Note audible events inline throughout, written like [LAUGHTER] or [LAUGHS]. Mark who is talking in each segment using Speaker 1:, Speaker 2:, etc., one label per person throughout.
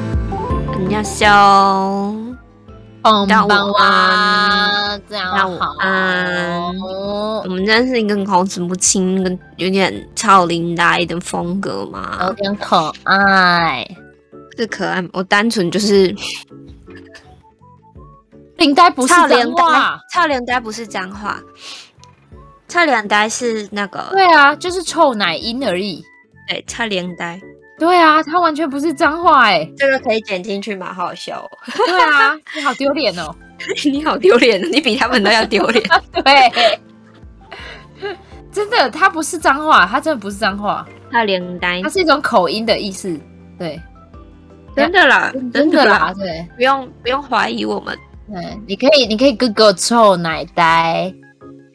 Speaker 1: 안녕하세요
Speaker 2: 棒
Speaker 1: 大
Speaker 2: 棒啊
Speaker 1: 午
Speaker 2: 哇
Speaker 1: 安，
Speaker 2: 这样
Speaker 1: 大午
Speaker 2: 好。
Speaker 1: 安我
Speaker 2: 哦
Speaker 1: 们今天是一个口齿不清、跟有点超龄的一点风格
Speaker 2: 有
Speaker 1: 嘛，
Speaker 2: 点可爱，
Speaker 1: 是可爱吗。我单纯就是
Speaker 2: 领带不是
Speaker 1: 超
Speaker 2: 真
Speaker 1: 龄呆
Speaker 2: 话，，
Speaker 1: 超龄呆不是脏话，超龄呆是那个
Speaker 2: 对啊，就是臭奶音而已。
Speaker 1: 对超龄呆，
Speaker 2: 对啊，它完全不是脏话哎、
Speaker 1: 这个可以剪进去，蛮好笑、哦。
Speaker 2: 对啊，你好丢脸 [LAUGHS] 哦。
Speaker 1: [LAUGHS] 你好丢脸，你比他们都要丢 [LAUGHS] 脸。
Speaker 2: 对，真的，它不是脏话，它真的不是脏话，
Speaker 1: 超龄呆
Speaker 2: 它，是一种口音的意思。对，
Speaker 1: 啊真的啦，
Speaker 2: 真
Speaker 1: 的
Speaker 2: 的啦，，对，
Speaker 1: 不用不用怀疑我们。
Speaker 2: 嗯，你可以，你可以哥哥臭奶呆。嗯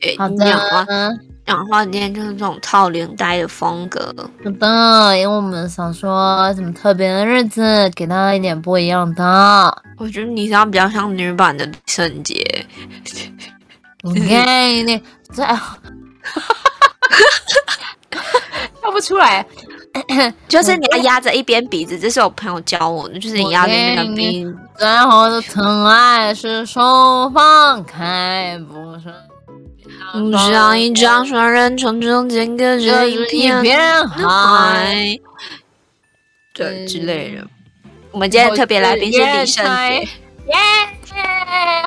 Speaker 1: 诶
Speaker 2: 好
Speaker 1: 呃你讲话
Speaker 2: 的，
Speaker 1: 讲话今天就是这种超龄呆的风格。
Speaker 2: 好的，因为我们想说什么特别的日子，给大家一点不一样
Speaker 1: [LAUGHS]
Speaker 2: 的。
Speaker 1: 我觉得你像比较像女版的李圣杰，
Speaker 2: 你看你
Speaker 1: [LAUGHS]
Speaker 2: 这，笑不出来。
Speaker 1: 就是你要压着一边鼻子，这是我朋友教我的，就是你压着那个鼻子。
Speaker 2: 最后的疼爱是手放开，不是
Speaker 1: 你只要一张双人床中间隔着一片
Speaker 2: 片海。
Speaker 1: 海，对之类的。我们今天的特别来宾是李圣杰，，
Speaker 2: 耶！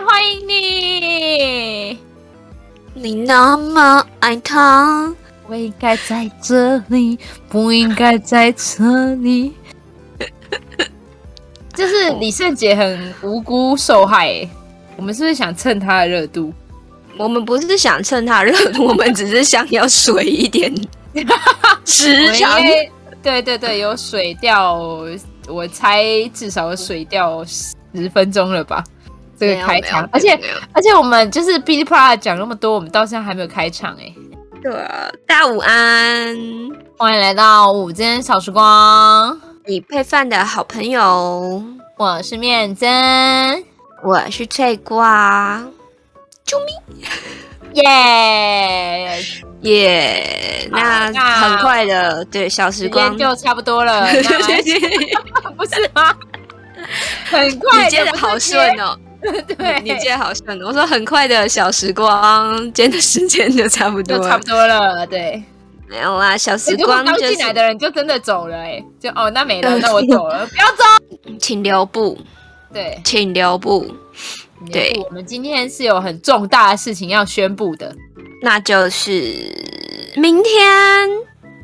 Speaker 2: 欢迎你，
Speaker 1: 你那么爱他，
Speaker 2: 我应该在这里，不应该在这里。 [LAUGHS] 就是李圣杰很无辜受害、欸，我们是不是想蹭他的热度？
Speaker 1: 我们不是想趁他热度，我们只是想要水一点，时
Speaker 2: 因
Speaker 1: 长
Speaker 2: 为对对对，有水掉，我猜至少有水掉十分钟了吧？这个开场，而且
Speaker 1: 没有
Speaker 2: 而且我们就是噼里啪啦讲那么多，我们到现在还没有开场哎、
Speaker 1: 对啊，大午安，
Speaker 2: 欢迎来到午间小时光，
Speaker 1: 你配饭的好朋友，
Speaker 2: 我是面真，
Speaker 1: 我是翠瓜，
Speaker 2: 耶、
Speaker 1: 耶、
Speaker 2: 好
Speaker 1: 那
Speaker 2: 那
Speaker 1: 很快的，对，小时
Speaker 2: 时
Speaker 1: 光
Speaker 2: 间，就差不
Speaker 1: [LAUGHS]
Speaker 2: 多了，那不是吗？ [LAUGHS] 很
Speaker 1: [LAUGHS]
Speaker 2: 快，
Speaker 1: 你接的好顺哦，
Speaker 2: 不是接，对，
Speaker 1: 你接的好顺哦。我说很快的小时光，今天的时间就差不多
Speaker 2: [LAUGHS] 就
Speaker 1: 了，哎
Speaker 2: 差不多了，对。
Speaker 1: 没有啦，小时
Speaker 2: 如果
Speaker 1: 光
Speaker 2: 刚
Speaker 1: 就
Speaker 2: 进来
Speaker 1: 是嗯
Speaker 2: 的人就真的走了、哎，就哦，那没了，那我走了，不要走。
Speaker 1: 请留步， [LAUGHS]
Speaker 2: 对
Speaker 1: 请留步，对
Speaker 2: 我们今天是有很重大的事情要宣布的，
Speaker 1: 那就是明天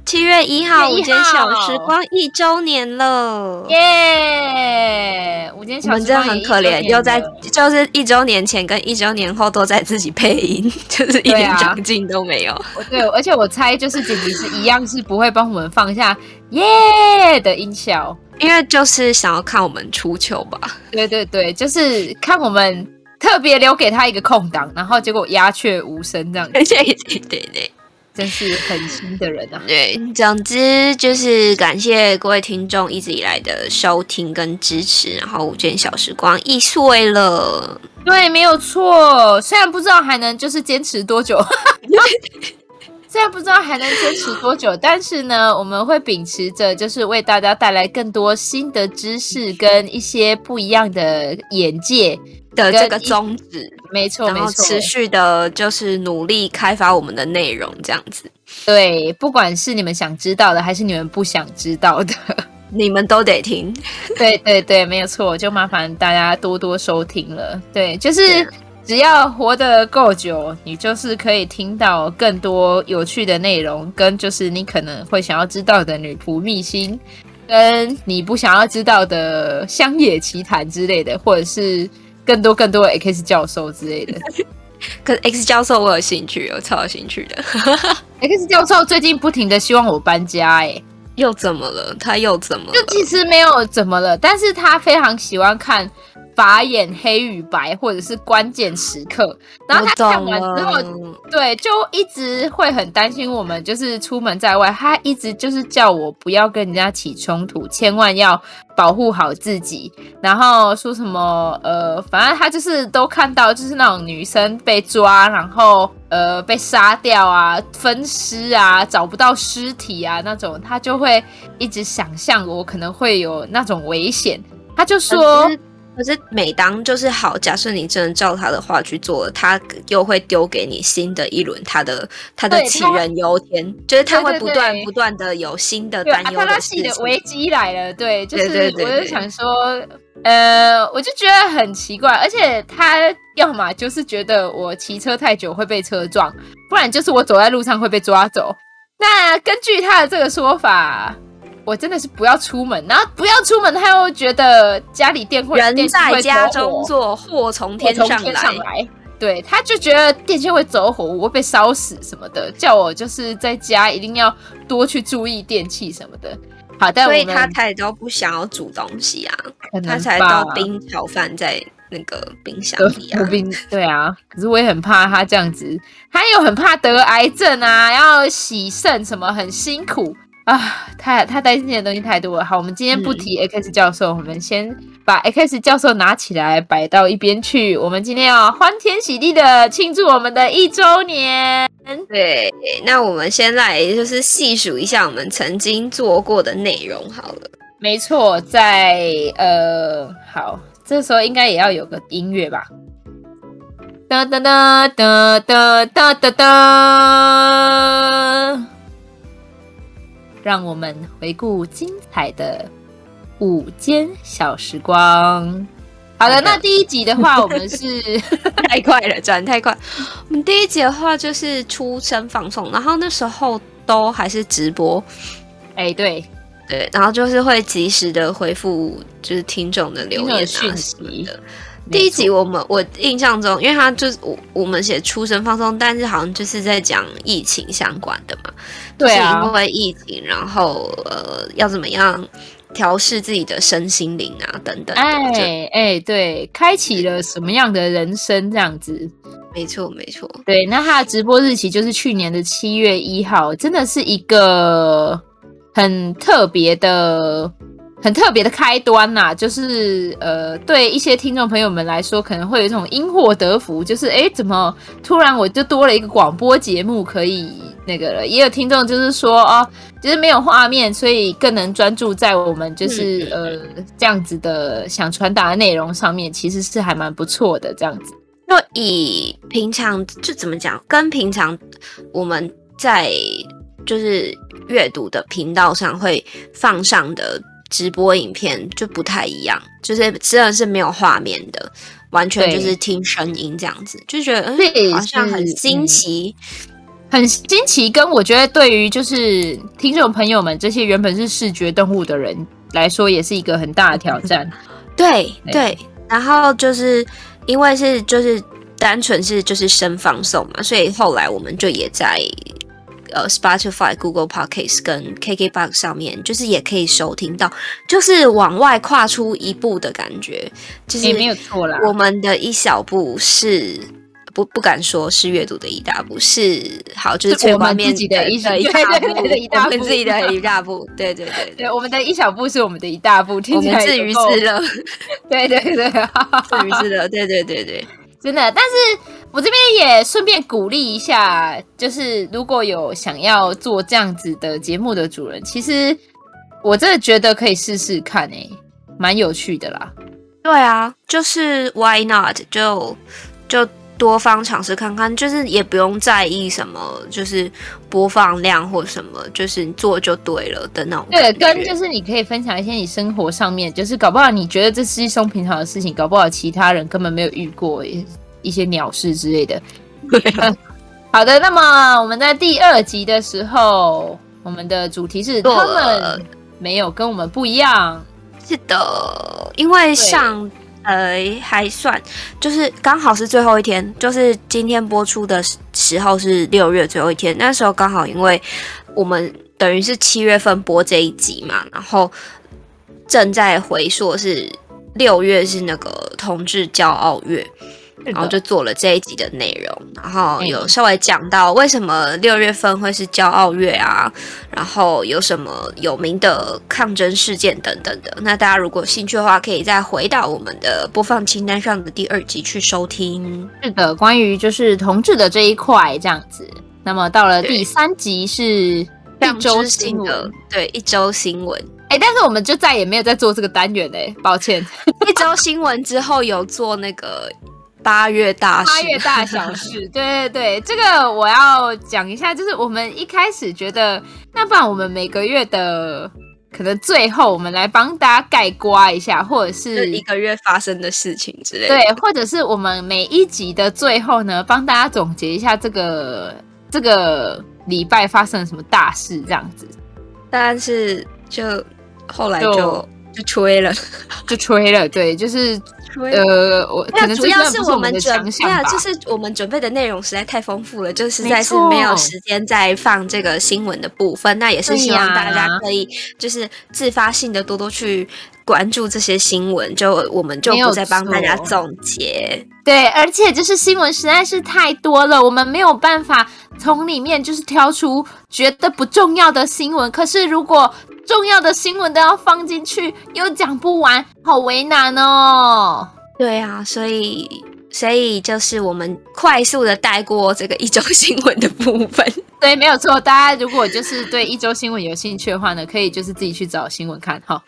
Speaker 1: 七月一号，
Speaker 2: 7
Speaker 1: 午
Speaker 2: 月1
Speaker 1: 间小时光一周年了。
Speaker 2: 耶！我今天
Speaker 1: 哦我
Speaker 2: 小
Speaker 1: 们
Speaker 2: 时
Speaker 1: 真的
Speaker 2: 光
Speaker 1: 很可
Speaker 2: 也一周
Speaker 1: 怜，
Speaker 2: 年
Speaker 1: 又在
Speaker 2: 了
Speaker 1: 就是一周年前跟一周年后都在自己配音， [LAUGHS] 就是一
Speaker 2: 对
Speaker 1: 点
Speaker 2: 啊
Speaker 1: 长进都没有。
Speaker 2: 我对，而且我猜就是剪辑师一样是不会帮我们放下耶的音效。
Speaker 1: 因为就是想要看我们出糗吧， [LAUGHS]
Speaker 2: 对对对，就是看我们特别留给他一个空档，然后结果鸦雀无声， [LAUGHS] 这样
Speaker 1: 而且对对对
Speaker 2: 真是狠心的人啊！
Speaker 1: 对，总之就是感谢各位听众一直以来的收听跟支持，然后午间小时光一岁了，
Speaker 2: 对，没有错。虽然不知道还能就是坚持多 [LAUGHS] 久，虽然不知道还能坚持多久，但是呢，我们会秉持着就是为大家带来更多新的知识跟一些不一样的眼界。
Speaker 1: 的
Speaker 2: 跟
Speaker 1: 这个
Speaker 2: 一
Speaker 1: 宗旨，
Speaker 2: 没错，
Speaker 1: 然
Speaker 2: 没
Speaker 1: 后
Speaker 2: 错，
Speaker 1: 持续的就是努力开发我们的内容，这样子，
Speaker 2: 对，不管是你们想知道的，还是你们不想知道的，
Speaker 1: 你们都得听。
Speaker 2: 对对对，没有错，就麻烦大家多多收听了。对，就是
Speaker 1: 对
Speaker 2: 只要活得够久，你就是可以听到更多有趣的内容，跟就是你可能会想要知道的女仆秘辛，跟你不想要知道的乡野奇谈之类的，或者是更多更多的 X 教授之类的。
Speaker 1: 可是 X 教授我有兴趣，我超有兴趣的。
Speaker 2: X 教授最近不停的希望我搬家、欸，
Speaker 1: 又怎么了？他又怎么
Speaker 2: 就
Speaker 1: 了？
Speaker 2: 其实没有怎么了，但是他非常喜欢看法眼黑与白，或者是关键时刻。然后
Speaker 1: 我
Speaker 2: 他看
Speaker 1: 懂
Speaker 2: 完之后，
Speaker 1: 了，
Speaker 2: 对，就一直会很担心我们就是出门在外，他一直就是叫我不要跟人家起冲突，千万要保护好自己。然后说什么呃，反正他就是都看到，就是那种女生被抓，然后呃被杀掉啊、分尸啊、找不到尸体啊那种，他就会一直想象我可能会有那种危险。他就说
Speaker 1: 可是，可是每当就是好，假设你真的照他的话去做，他又会丢给你新的一轮他的他的
Speaker 2: 对
Speaker 1: 杞
Speaker 2: 他
Speaker 1: 人忧天，就是他
Speaker 2: 对
Speaker 1: 会
Speaker 2: 对
Speaker 1: 不断
Speaker 2: 对
Speaker 1: 不断的有新的
Speaker 2: 对
Speaker 1: 担
Speaker 2: 啊，
Speaker 1: 忧
Speaker 2: 他他
Speaker 1: 的
Speaker 2: 自
Speaker 1: 事
Speaker 2: 己
Speaker 1: 情
Speaker 2: 的。危机来了，对，就是
Speaker 1: 对对对
Speaker 2: 我
Speaker 1: 对
Speaker 2: 就想说，呃，我就觉得很奇怪，而且他要么就是觉得我骑车太久会被车撞，不然就是我走在路上会被抓走。那根据他的这个说法。我真的是不要出门，然后不要出门，他又觉得家里电会
Speaker 1: 人
Speaker 2: 电器
Speaker 1: 在
Speaker 2: 会
Speaker 1: 家
Speaker 2: 走火
Speaker 1: 中坐，祸从
Speaker 2: 我
Speaker 1: 天
Speaker 2: 从
Speaker 1: 上
Speaker 2: 天
Speaker 1: 来
Speaker 2: 上。来。对，他就觉得电线会走火，我会被烧死什么的，叫我就是在家一定要多去注意电器什么的。好，哎但我
Speaker 1: 所以
Speaker 2: 们
Speaker 1: 他才都不想要煮东西啊，
Speaker 2: 可能
Speaker 1: 他才
Speaker 2: 吧
Speaker 1: 都冰炒饭在那个冰箱
Speaker 2: 得
Speaker 1: 里
Speaker 2: 不
Speaker 1: 啊。
Speaker 2: 冰，对啊。可是我也很怕他这样子，他又很怕得癌症啊，要洗肾什么，很辛苦啊。他他担心的东西太多了。好，我们今天不
Speaker 1: 嗯
Speaker 2: 提 X 教授，我们先把 X 教授拿起来摆到一边去。我们今天要欢天喜地的庆祝我们的一周年。
Speaker 1: 对，那我们先来就是细数一下我们曾经做过的内容好了。
Speaker 2: 没错，在呃，好，这时候应该也要有个音乐吧。哒哒哒哒哒哒哒哒，让我们回顾精彩的午间小时光。好
Speaker 1: 好
Speaker 2: 的，
Speaker 1: 的
Speaker 2: 那第一集的话，我
Speaker 1: [LAUGHS]
Speaker 2: 们是
Speaker 1: [LAUGHS] 太快了，转太快。我们第一集的话就是出声放送，然后那时候都还是直播，
Speaker 2: 哎、对，
Speaker 1: 对，然后就是会及时的回复就是听众的留言啊
Speaker 2: 听众的讯
Speaker 1: 什么
Speaker 2: 息
Speaker 1: 的。第一集
Speaker 2: 没
Speaker 1: 我们我印象中，因为他就是我我们写出声放松，但是好像就是在讲疫情相关的嘛，
Speaker 2: 错对啊，
Speaker 1: 就是因为疫情，然后呃要怎么样调试自己的身心灵啊等等的，就
Speaker 2: 哎哎，对，开启了什么样的人生这样子？
Speaker 1: 没错没错，
Speaker 2: 对，那他的直播日期就是去年的七月一号，真的是一个很特别的、很特别的开端呐、就是呃，对一些听众朋友们来说，可能会有一种因祸得福，就是诶，怎么突然我就多了一个广播节目可以那个了？也有听众就是说哦，就是没有画面，所以更能专注在我们就是、呃这样子的想传达的内容上面，其实是还蛮不错的这样子。
Speaker 1: 就以平常就怎么讲，跟平常我们在就是阅读的频道上会放上的直播影片就不太一样，就是真的是没有画面的，完全就
Speaker 2: 对
Speaker 1: 是听声音这样子，就觉得
Speaker 2: 对
Speaker 1: 嗯好像很
Speaker 2: 是
Speaker 1: 新
Speaker 2: 嗯
Speaker 1: 奇。
Speaker 2: 很新奇，跟我觉得对于就是听众朋友们这些原本是视觉动物的人来说，也是一个很大的挑战。
Speaker 1: 对
Speaker 2: 对
Speaker 1: 对，然后就是因为是就是单纯是就是声放送嘛，所以后来我们就也在呃 Spotify、Google Podcasts 跟 KKBox 上面，就是也可以收听到，就是往外跨出一步的感觉， [LAUGHS] 就是
Speaker 2: 也没有错啦，
Speaker 1: 我们的一小步是。不不敢说是阅读的一大步，是好就是
Speaker 2: 是
Speaker 1: 最
Speaker 2: 我们
Speaker 1: 外面
Speaker 2: 自己的一
Speaker 1: 的
Speaker 2: 对
Speaker 1: 大
Speaker 2: 对对对的一
Speaker 1: 步，
Speaker 2: 大
Speaker 1: 我们
Speaker 2: 步
Speaker 1: 自己的一大步，对对对对，
Speaker 2: 对我们的一小步是我们的一大步，听
Speaker 1: 我
Speaker 2: 起
Speaker 1: 们
Speaker 2: 来
Speaker 1: 自
Speaker 2: 有
Speaker 1: 娱
Speaker 2: 够
Speaker 1: 自乐，
Speaker 2: [LAUGHS] 对对对，
Speaker 1: 自娱自乐，对对对对。
Speaker 2: 真的。但是我这边也顺便鼓励一下，就是如果有想要做这样子的节目的主人，其实我真的觉得可以试试看、欸，蛮有趣的啦。
Speaker 1: 对啊，就是 why not 就就多方尝试看看，就是也不用在意什么，就是播放量或什么，就是你做就对了的那种
Speaker 2: 对，
Speaker 1: 感觉。
Speaker 2: 跟就是你可以分享一些你生活上面，就是搞不好你觉得这是一种平常的事情，搞不好其他人根本没有遇过一一些鸟事之类的。
Speaker 1: [LAUGHS] 对啊
Speaker 2: [LAUGHS] 好的，那么我们在第二集的时候，我们的主题是
Speaker 1: 做
Speaker 2: 他
Speaker 1: 了
Speaker 2: 们没有跟我们不一样，
Speaker 1: 是的，因为上呃还算，就是刚好是最后一天，就是今天播出的时时候是六月最后一天，那时候刚好因为我们等于是七月份播这一集嘛，然后正在回溯是六月是那个同志骄傲月，然后就做了这一集的内容，然后有
Speaker 2: 嗯
Speaker 1: 稍微讲到为什么六月份会是骄傲月啊，然后有什么有名的抗争事件等等的。那大家如果有兴趣的话，可以再回到我们的播放清单上的第二集去收听。
Speaker 2: 是的，关于就是同志的这一块这样子。那么到了第三集是
Speaker 1: 一
Speaker 2: 周
Speaker 1: 周
Speaker 2: 新
Speaker 1: 性的
Speaker 2: 闻，
Speaker 1: 对一周新闻，
Speaker 2: 哎、但是我们就再也没有再做这个单元嘞、抱歉。
Speaker 1: 一周新闻之后有做那个八月大事，
Speaker 2: 八月大小事， [LAUGHS] 对对对，这个我要讲一下，就是我们一开始觉得，那不然我们每个月的可能最后，我们来帮大家概刮一下，或者
Speaker 1: 就是
Speaker 2: 是
Speaker 1: 一个月发生的事情之类的。
Speaker 2: 对，或者是我们每一集的最后呢，帮大家总结一下这个这个礼拜发生了什么大事，这样子
Speaker 1: 但是就后来
Speaker 2: 就
Speaker 1: 就就吹了，
Speaker 2: 就吹了。对，就是
Speaker 1: 吹了。
Speaker 2: 呃，我
Speaker 1: 没
Speaker 2: 可
Speaker 1: 有，
Speaker 2: 能
Speaker 1: 主要
Speaker 2: 这真的不是
Speaker 1: 我
Speaker 2: 们的
Speaker 1: 准
Speaker 2: 强项
Speaker 1: 没有，
Speaker 2: 吧
Speaker 1: 啊就。是我们准备的内容实在太丰富了，就实
Speaker 2: 没
Speaker 1: 在是
Speaker 2: 错
Speaker 1: 没有时间再放这个新闻的部分。那也是
Speaker 2: 对
Speaker 1: 希望大家
Speaker 2: 呀
Speaker 1: 可以就是自发性的多多去关注这些新闻，就我们就
Speaker 2: 没有
Speaker 1: 不再帮大家
Speaker 2: 错
Speaker 1: 总结。
Speaker 2: 对，而且就是新闻实在是太多了，我们没有办法从里面就是挑出觉得不重要的新闻。可是如果重要的新闻都要放进去，又讲不完，好为难哦。
Speaker 1: 对啊，所以。所以就是我们快速的带过这个一周新闻的部分，
Speaker 2: 对，没有错。大家如果就是对一周新闻有兴趣的话呢，可以就是自己去找新闻看哈。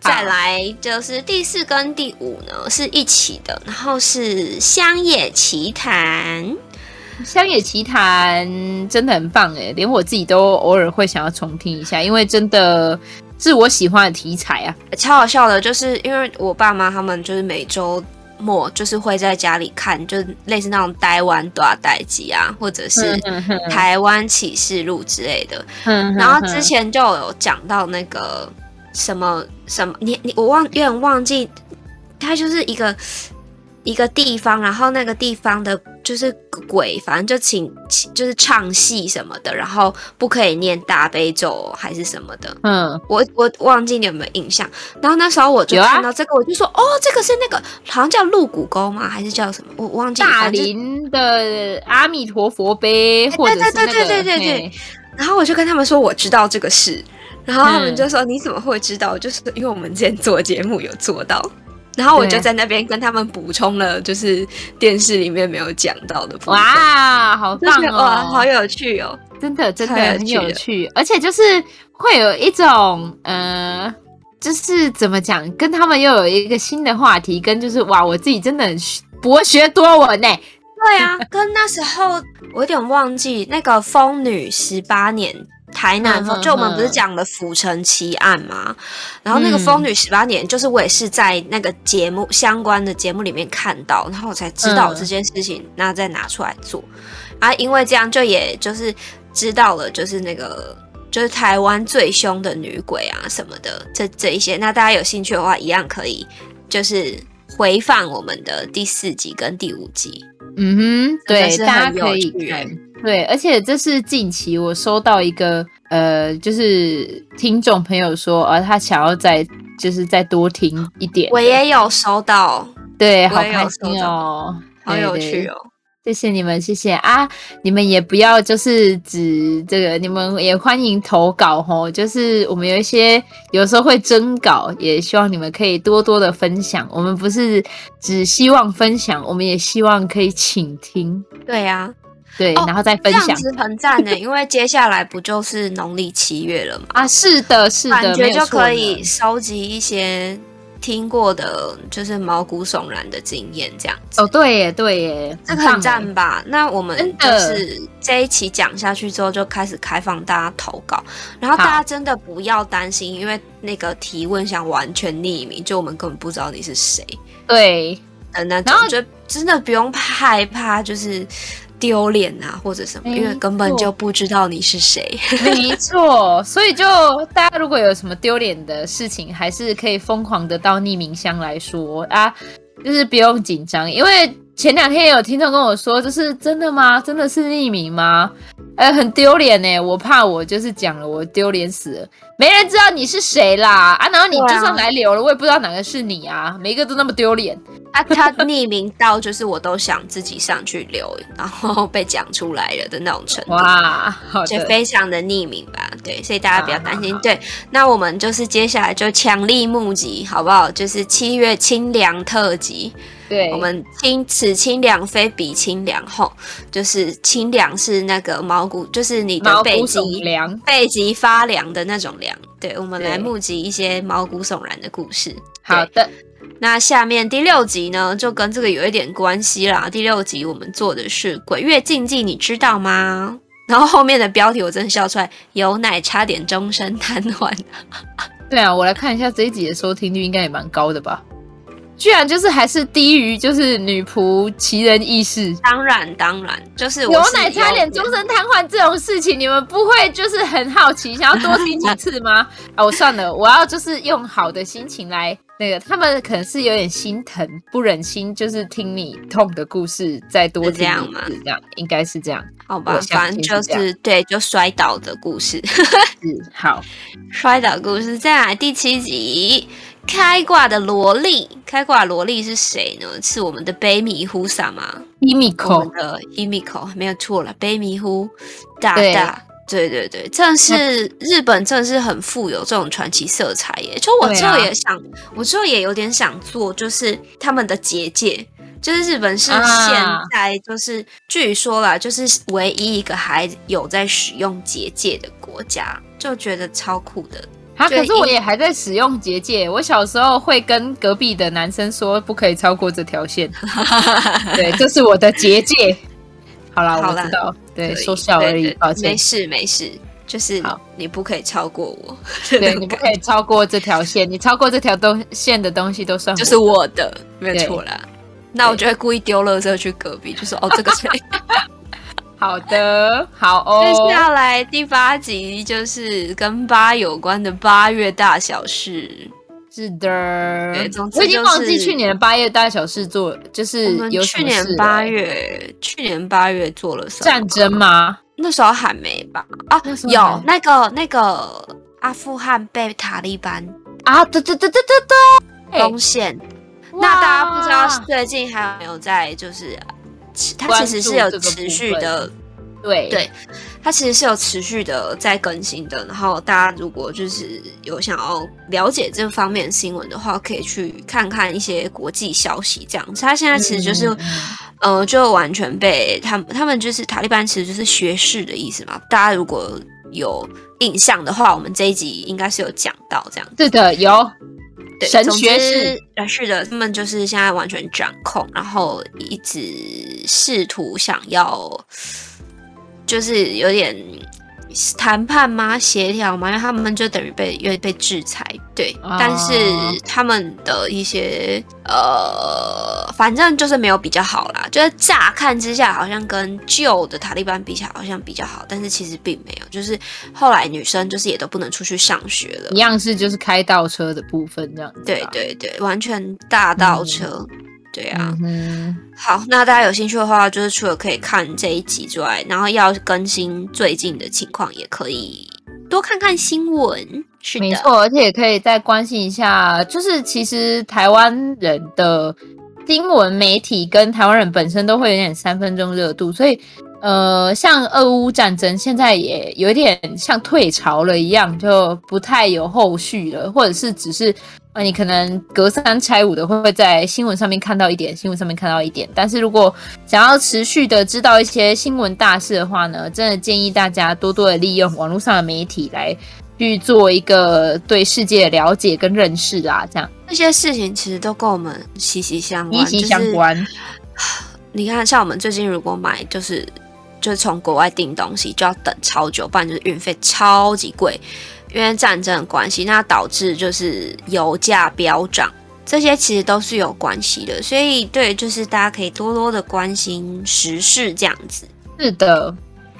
Speaker 1: 再来就是第四跟第五呢是一起的，然后是乡野奇谈。
Speaker 2: 《乡野奇谈》真的很棒诶，连我自己都偶尔会想要重听一下，因为真的是我喜欢的题材啊。
Speaker 1: 超好笑的，就是因为我爸妈他们就是每周末就是会在家里看，就是类似那种台湾大代记啊，或者
Speaker 2: 嗯
Speaker 1: 是台湾启示录之类的。然
Speaker 2: 然
Speaker 1: 后之前就有讲到那个什么什么，你你我忘有点忘记，它就是一个一个地方，然后那个地方的就是鬼，反正就请请就是唱戏什么的，然后不可以念大悲咒还是什么的。
Speaker 2: 嗯，
Speaker 1: 我我忘记你有没有印象。然后那时候我就
Speaker 2: 有啊
Speaker 1: 看到这个，我就说哦，这个是那个好像叫鹿谷沟吗？还是叫什么？我忘记。
Speaker 2: 大
Speaker 1: 反正就
Speaker 2: 林的阿弥陀佛碑，
Speaker 1: 哎
Speaker 2: 或者是
Speaker 1: 对对
Speaker 2: 那个
Speaker 1: 对对对对
Speaker 2: 嘿
Speaker 1: 然后我就跟他们说我知道这个事，然后他们
Speaker 2: 嗯
Speaker 1: 就说、你怎么会知道？就是因为我们之前做节目有做到。然后我就
Speaker 2: 对
Speaker 1: 在那边跟他们补充了，就是电视里面没有讲到的部分。
Speaker 2: 哇，好
Speaker 1: 就
Speaker 2: 棒
Speaker 1: 是哇，
Speaker 2: 哦！
Speaker 1: 好有趣哦！
Speaker 2: 真的真的
Speaker 1: 太有
Speaker 2: 很
Speaker 1: 趣
Speaker 2: 有
Speaker 1: 了
Speaker 2: 趣，而且就是会有一种呃，就是怎么讲，跟他们又有一个新的话题，跟就是哇，我自己真的很学博学多闻呢、欸
Speaker 1: 对啊，跟那时候我有点忘记那个《风女十八年》，台南
Speaker 2: 嗯
Speaker 1: 风，
Speaker 2: 嗯
Speaker 1: 就我们不是讲了府城奇案吗？然后那个《
Speaker 2: 嗯
Speaker 1: 风女十八年》，就是我也是在那个节目相关的节目里面看到，然后我才知道
Speaker 2: 嗯
Speaker 1: 这件事情，那再拿出来做啊，因为这样就也就是知道了，就是那个。就是台湾最凶的女鬼啊什么的，这这一些，那大家有兴趣的话，一样可以就是回放我们的第四集跟第五集。
Speaker 2: 嗯哼，对，
Speaker 1: 真的是
Speaker 2: 大
Speaker 1: 很
Speaker 2: 家可以
Speaker 1: 有趣
Speaker 2: 看。对，而且这是近期我收到一个呃，就是听众朋友说，呃，他想要再就是再多听一点，
Speaker 1: 我也有收到，
Speaker 2: 对，
Speaker 1: 我
Speaker 2: 好
Speaker 1: 也
Speaker 2: 开
Speaker 1: 有收
Speaker 2: 心
Speaker 1: 到
Speaker 2: 哦，
Speaker 1: 好有
Speaker 2: 对
Speaker 1: 趣。哦。
Speaker 2: 谢谢你们，谢谢啊！你们也不要就是指这个，你们也欢迎投稿哦。就是我们有一些有时候会征稿，也希望你们可以多多的分享。我们不是只希望分享，我们也希望可以倾听，
Speaker 1: 对呀、
Speaker 2: 对，
Speaker 1: 哦
Speaker 2: 然后再
Speaker 1: 这
Speaker 2: 分
Speaker 1: 样
Speaker 2: 享
Speaker 1: 子很赞呢，因为接下来不就是农历七月了嘛，
Speaker 2: 啊。是的，是
Speaker 1: 感
Speaker 2: 的，没
Speaker 1: 觉
Speaker 2: 有
Speaker 1: 就
Speaker 2: 错
Speaker 1: 可以
Speaker 2: 呢。
Speaker 1: 收集一些听过的，就是毛骨悚然的经验，这样子。
Speaker 2: 哦，对耶，对耶，
Speaker 1: 这个很
Speaker 2: 棒耶欸
Speaker 1: 赞吧？那我们
Speaker 2: 真
Speaker 1: 就
Speaker 2: 的
Speaker 1: 是这一期讲下去之后，就开始开放大家投稿，然后
Speaker 2: 好
Speaker 1: 大家真的不要担心，因为那个提问想完全匿名，就我们根本不知道你是谁。
Speaker 2: 对。
Speaker 1: 的那种
Speaker 2: 然后，
Speaker 1: 就真的不用害怕，就是丢脸啊或者什么，
Speaker 2: 没
Speaker 1: 因为根本
Speaker 2: 错
Speaker 1: 就不知道你是谁。 [LAUGHS]
Speaker 2: 没错，所以就大家如果有什么丢脸的事情，还是可以疯狂的到匿名箱来说啊，就是不用紧张，因为前两天有听众跟我说，就是真的吗？真的是匿名吗？呃，很丢脸呢，我怕我就是讲了，我丢脸死了，没人知道你是谁啦啊！然后你
Speaker 1: 对啊
Speaker 2: 就算来留了，我也不知道哪个是你啊，每一个都那么丢脸，
Speaker 1: 他他匿名到就是我都想自己上去留，然后被讲出来了的那种程度。
Speaker 2: 哇，好
Speaker 1: 而且
Speaker 2: 的，
Speaker 1: 非常的啊匿名吧，对，所以大家不要担心。
Speaker 2: 好好好
Speaker 1: 对，那我们就是接下来就强力募集，好不好？就是七月清凉特辑，
Speaker 2: 对，
Speaker 1: 我们清此清凉非彼清凉后，就是清凉是那个毛骨，就是你的
Speaker 2: 毛
Speaker 1: 背
Speaker 2: 骨悚
Speaker 1: 脊
Speaker 2: 然。
Speaker 1: 背脊发凉的那种凉。对，我们来
Speaker 2: 对
Speaker 1: 募集一些毛骨悚然的故事。
Speaker 2: 好
Speaker 1: 对，
Speaker 2: 的，
Speaker 1: 那下面第六集呢，就跟这个有一点关系啦。第六集我们做的是《鬼月禁忌》，你知道吗？ [LAUGHS] 然后后面的标题我真的笑出来，有奶差点终身瘫痪。
Speaker 2: 对啊，我来看一下这一集的收听率，应该也蛮高的吧？居然就是还是低于就是女仆奇人异事，
Speaker 1: 当然，当然，就是我
Speaker 2: 牛
Speaker 1: 是
Speaker 2: 奶差点
Speaker 1: 有
Speaker 2: 终身瘫痪这种事情，你们不会就是很好奇，想要多听几次
Speaker 1: [LAUGHS]
Speaker 2: 吗？啊，我算了，我要就是用好的心情来那个，他们可能是有点心疼，不忍心就是听你痛的故事，再多
Speaker 1: 是
Speaker 2: 听
Speaker 1: 这样
Speaker 2: 一
Speaker 1: 吗
Speaker 2: 次这样应该是这样。
Speaker 1: 好吧
Speaker 2: 我，相
Speaker 1: 反正
Speaker 2: 信
Speaker 1: 就是
Speaker 2: 这样
Speaker 1: 是对，就摔倒的故事， [LAUGHS]
Speaker 2: 是好，
Speaker 1: 摔倒故事。再来第七集，开挂的萝莉，开挂的萝莉是谁呢？是我们的北米呼萨吗？
Speaker 2: 伊米
Speaker 1: 我们
Speaker 2: 口
Speaker 1: 的 Himiko 没有错了，北迷糊大
Speaker 2: 对
Speaker 1: 大，对对对，正是日本，正是很富有这种传奇色彩耶。就我
Speaker 2: 对
Speaker 1: 之后
Speaker 2: 啊
Speaker 1: 也想，我之后也有点想做，就是他们的结界。就是日本是现
Speaker 2: 啊
Speaker 1: 在就是、据说啦，就是唯一一个还有在使用结界的国家，就觉得超酷的。
Speaker 2: 啊，
Speaker 1: 对
Speaker 2: 可是我也还在使用结界。我小时候会跟隔壁的男生说，不可以超过这条
Speaker 1: [LAUGHS]
Speaker 2: 线。对，这是我的结界。好啦，
Speaker 1: 好
Speaker 2: 我
Speaker 1: 啦
Speaker 2: 知道，对，
Speaker 1: 所以
Speaker 2: 说笑
Speaker 1: 对
Speaker 2: 而已
Speaker 1: 对，
Speaker 2: 抱歉
Speaker 1: 没。事没事，就是
Speaker 2: 好
Speaker 1: 你不可以超过我，
Speaker 2: 对，
Speaker 1: [LAUGHS]
Speaker 2: 你不可以超过这条线，你超过这条东线的东西都算
Speaker 1: 就是我的，没有
Speaker 2: 嗯对
Speaker 1: 错啦。那我就会故意丢垃圾去隔壁，就说哦，这
Speaker 2: [LAUGHS]
Speaker 1: 个谁？
Speaker 2: 好的，好哦。
Speaker 1: 接下来第八集就是跟八有关的八月大小事，
Speaker 2: 是的
Speaker 1: 对总，之
Speaker 2: 我已经
Speaker 1: 就是
Speaker 2: 忘记去年的八月大小事做，就是
Speaker 1: 我们
Speaker 2: 有什
Speaker 1: 去
Speaker 2: 么
Speaker 1: 年
Speaker 2: 事
Speaker 1: 八
Speaker 2: 了
Speaker 1: 月，去年八月做了什么？
Speaker 2: 战争吗？
Speaker 1: 那时候还没吧？啊
Speaker 2: 那时，候还
Speaker 1: 有那个那个阿富汗被塔利班
Speaker 2: 啊，对对对对对对。哎
Speaker 1: 攻陷，哦那大家不知道最近还有没有在就是，它其实是有
Speaker 2: 关注这个
Speaker 1: 持续
Speaker 2: 部分
Speaker 1: 的
Speaker 2: 对
Speaker 1: 对它其实是有持续的在更新的。然后大家如果就是有想要了解这方面的新闻的话，可以去看看一些国际消息这样子。它现在其实就是，
Speaker 2: 嗯
Speaker 1: 呃，就完全被他们他们就是塔利班，其实就是学士的意思嘛。大家如果有印象的话，我们这一集应该是有讲到这样。
Speaker 2: 是的，有
Speaker 1: 对，
Speaker 2: 神
Speaker 1: 总
Speaker 2: 学
Speaker 1: 之
Speaker 2: 士，
Speaker 1: 呃，是的，他们就是现在完全掌控，然后一直试图想要，就是有点谈判吗？协调吗？因为他们就等于被因为被制裁，对，
Speaker 2: 啊
Speaker 1: 但是他们的一些呃，反正就是没有比较好啦。就是乍看之下，好像跟旧的塔利班比起来，好像比较好，但是其实并没有。就是后来女生就是也都不能出去上学了
Speaker 2: 一。样是就是开倒车的部分这样子。啊
Speaker 1: 对，对对，完全大倒车。对啊
Speaker 2: 嗯，哼，
Speaker 1: 好，那大家有兴趣的话，就是除了可以看这一集之外，然后要更新最近的情况，也可以多看看新闻。是
Speaker 2: 没
Speaker 1: 的，
Speaker 2: 错，而且也可以再关心一下，就是其实台湾人的新闻媒体跟台湾人本身都会有点三分钟热度，所以。呃，像俄乌战争现在也有点像退潮了一样，就不太有后续了，或者是只是呃，你可能隔三差五的会在新闻上面看到一点，新闻上面看到一点。但是如果想要持续的知道一些新闻大事的话呢，真的建议大家多多的利用网络上的媒体来去做一个对世界的了解跟认识啦，这样
Speaker 1: 这些事情其实都跟我们息息相关，
Speaker 2: 息息相
Speaker 1: 就是
Speaker 2: 关。
Speaker 1: 你看，像我们最近如果买，就是就是从国外订东西，就要等超久，不然就是运费超级贵，因为战争的关系，那导致就是油价飙涨，这些其实都是有关系的。所以对，就是大家可以多多的关心时事这样子。
Speaker 2: 是的，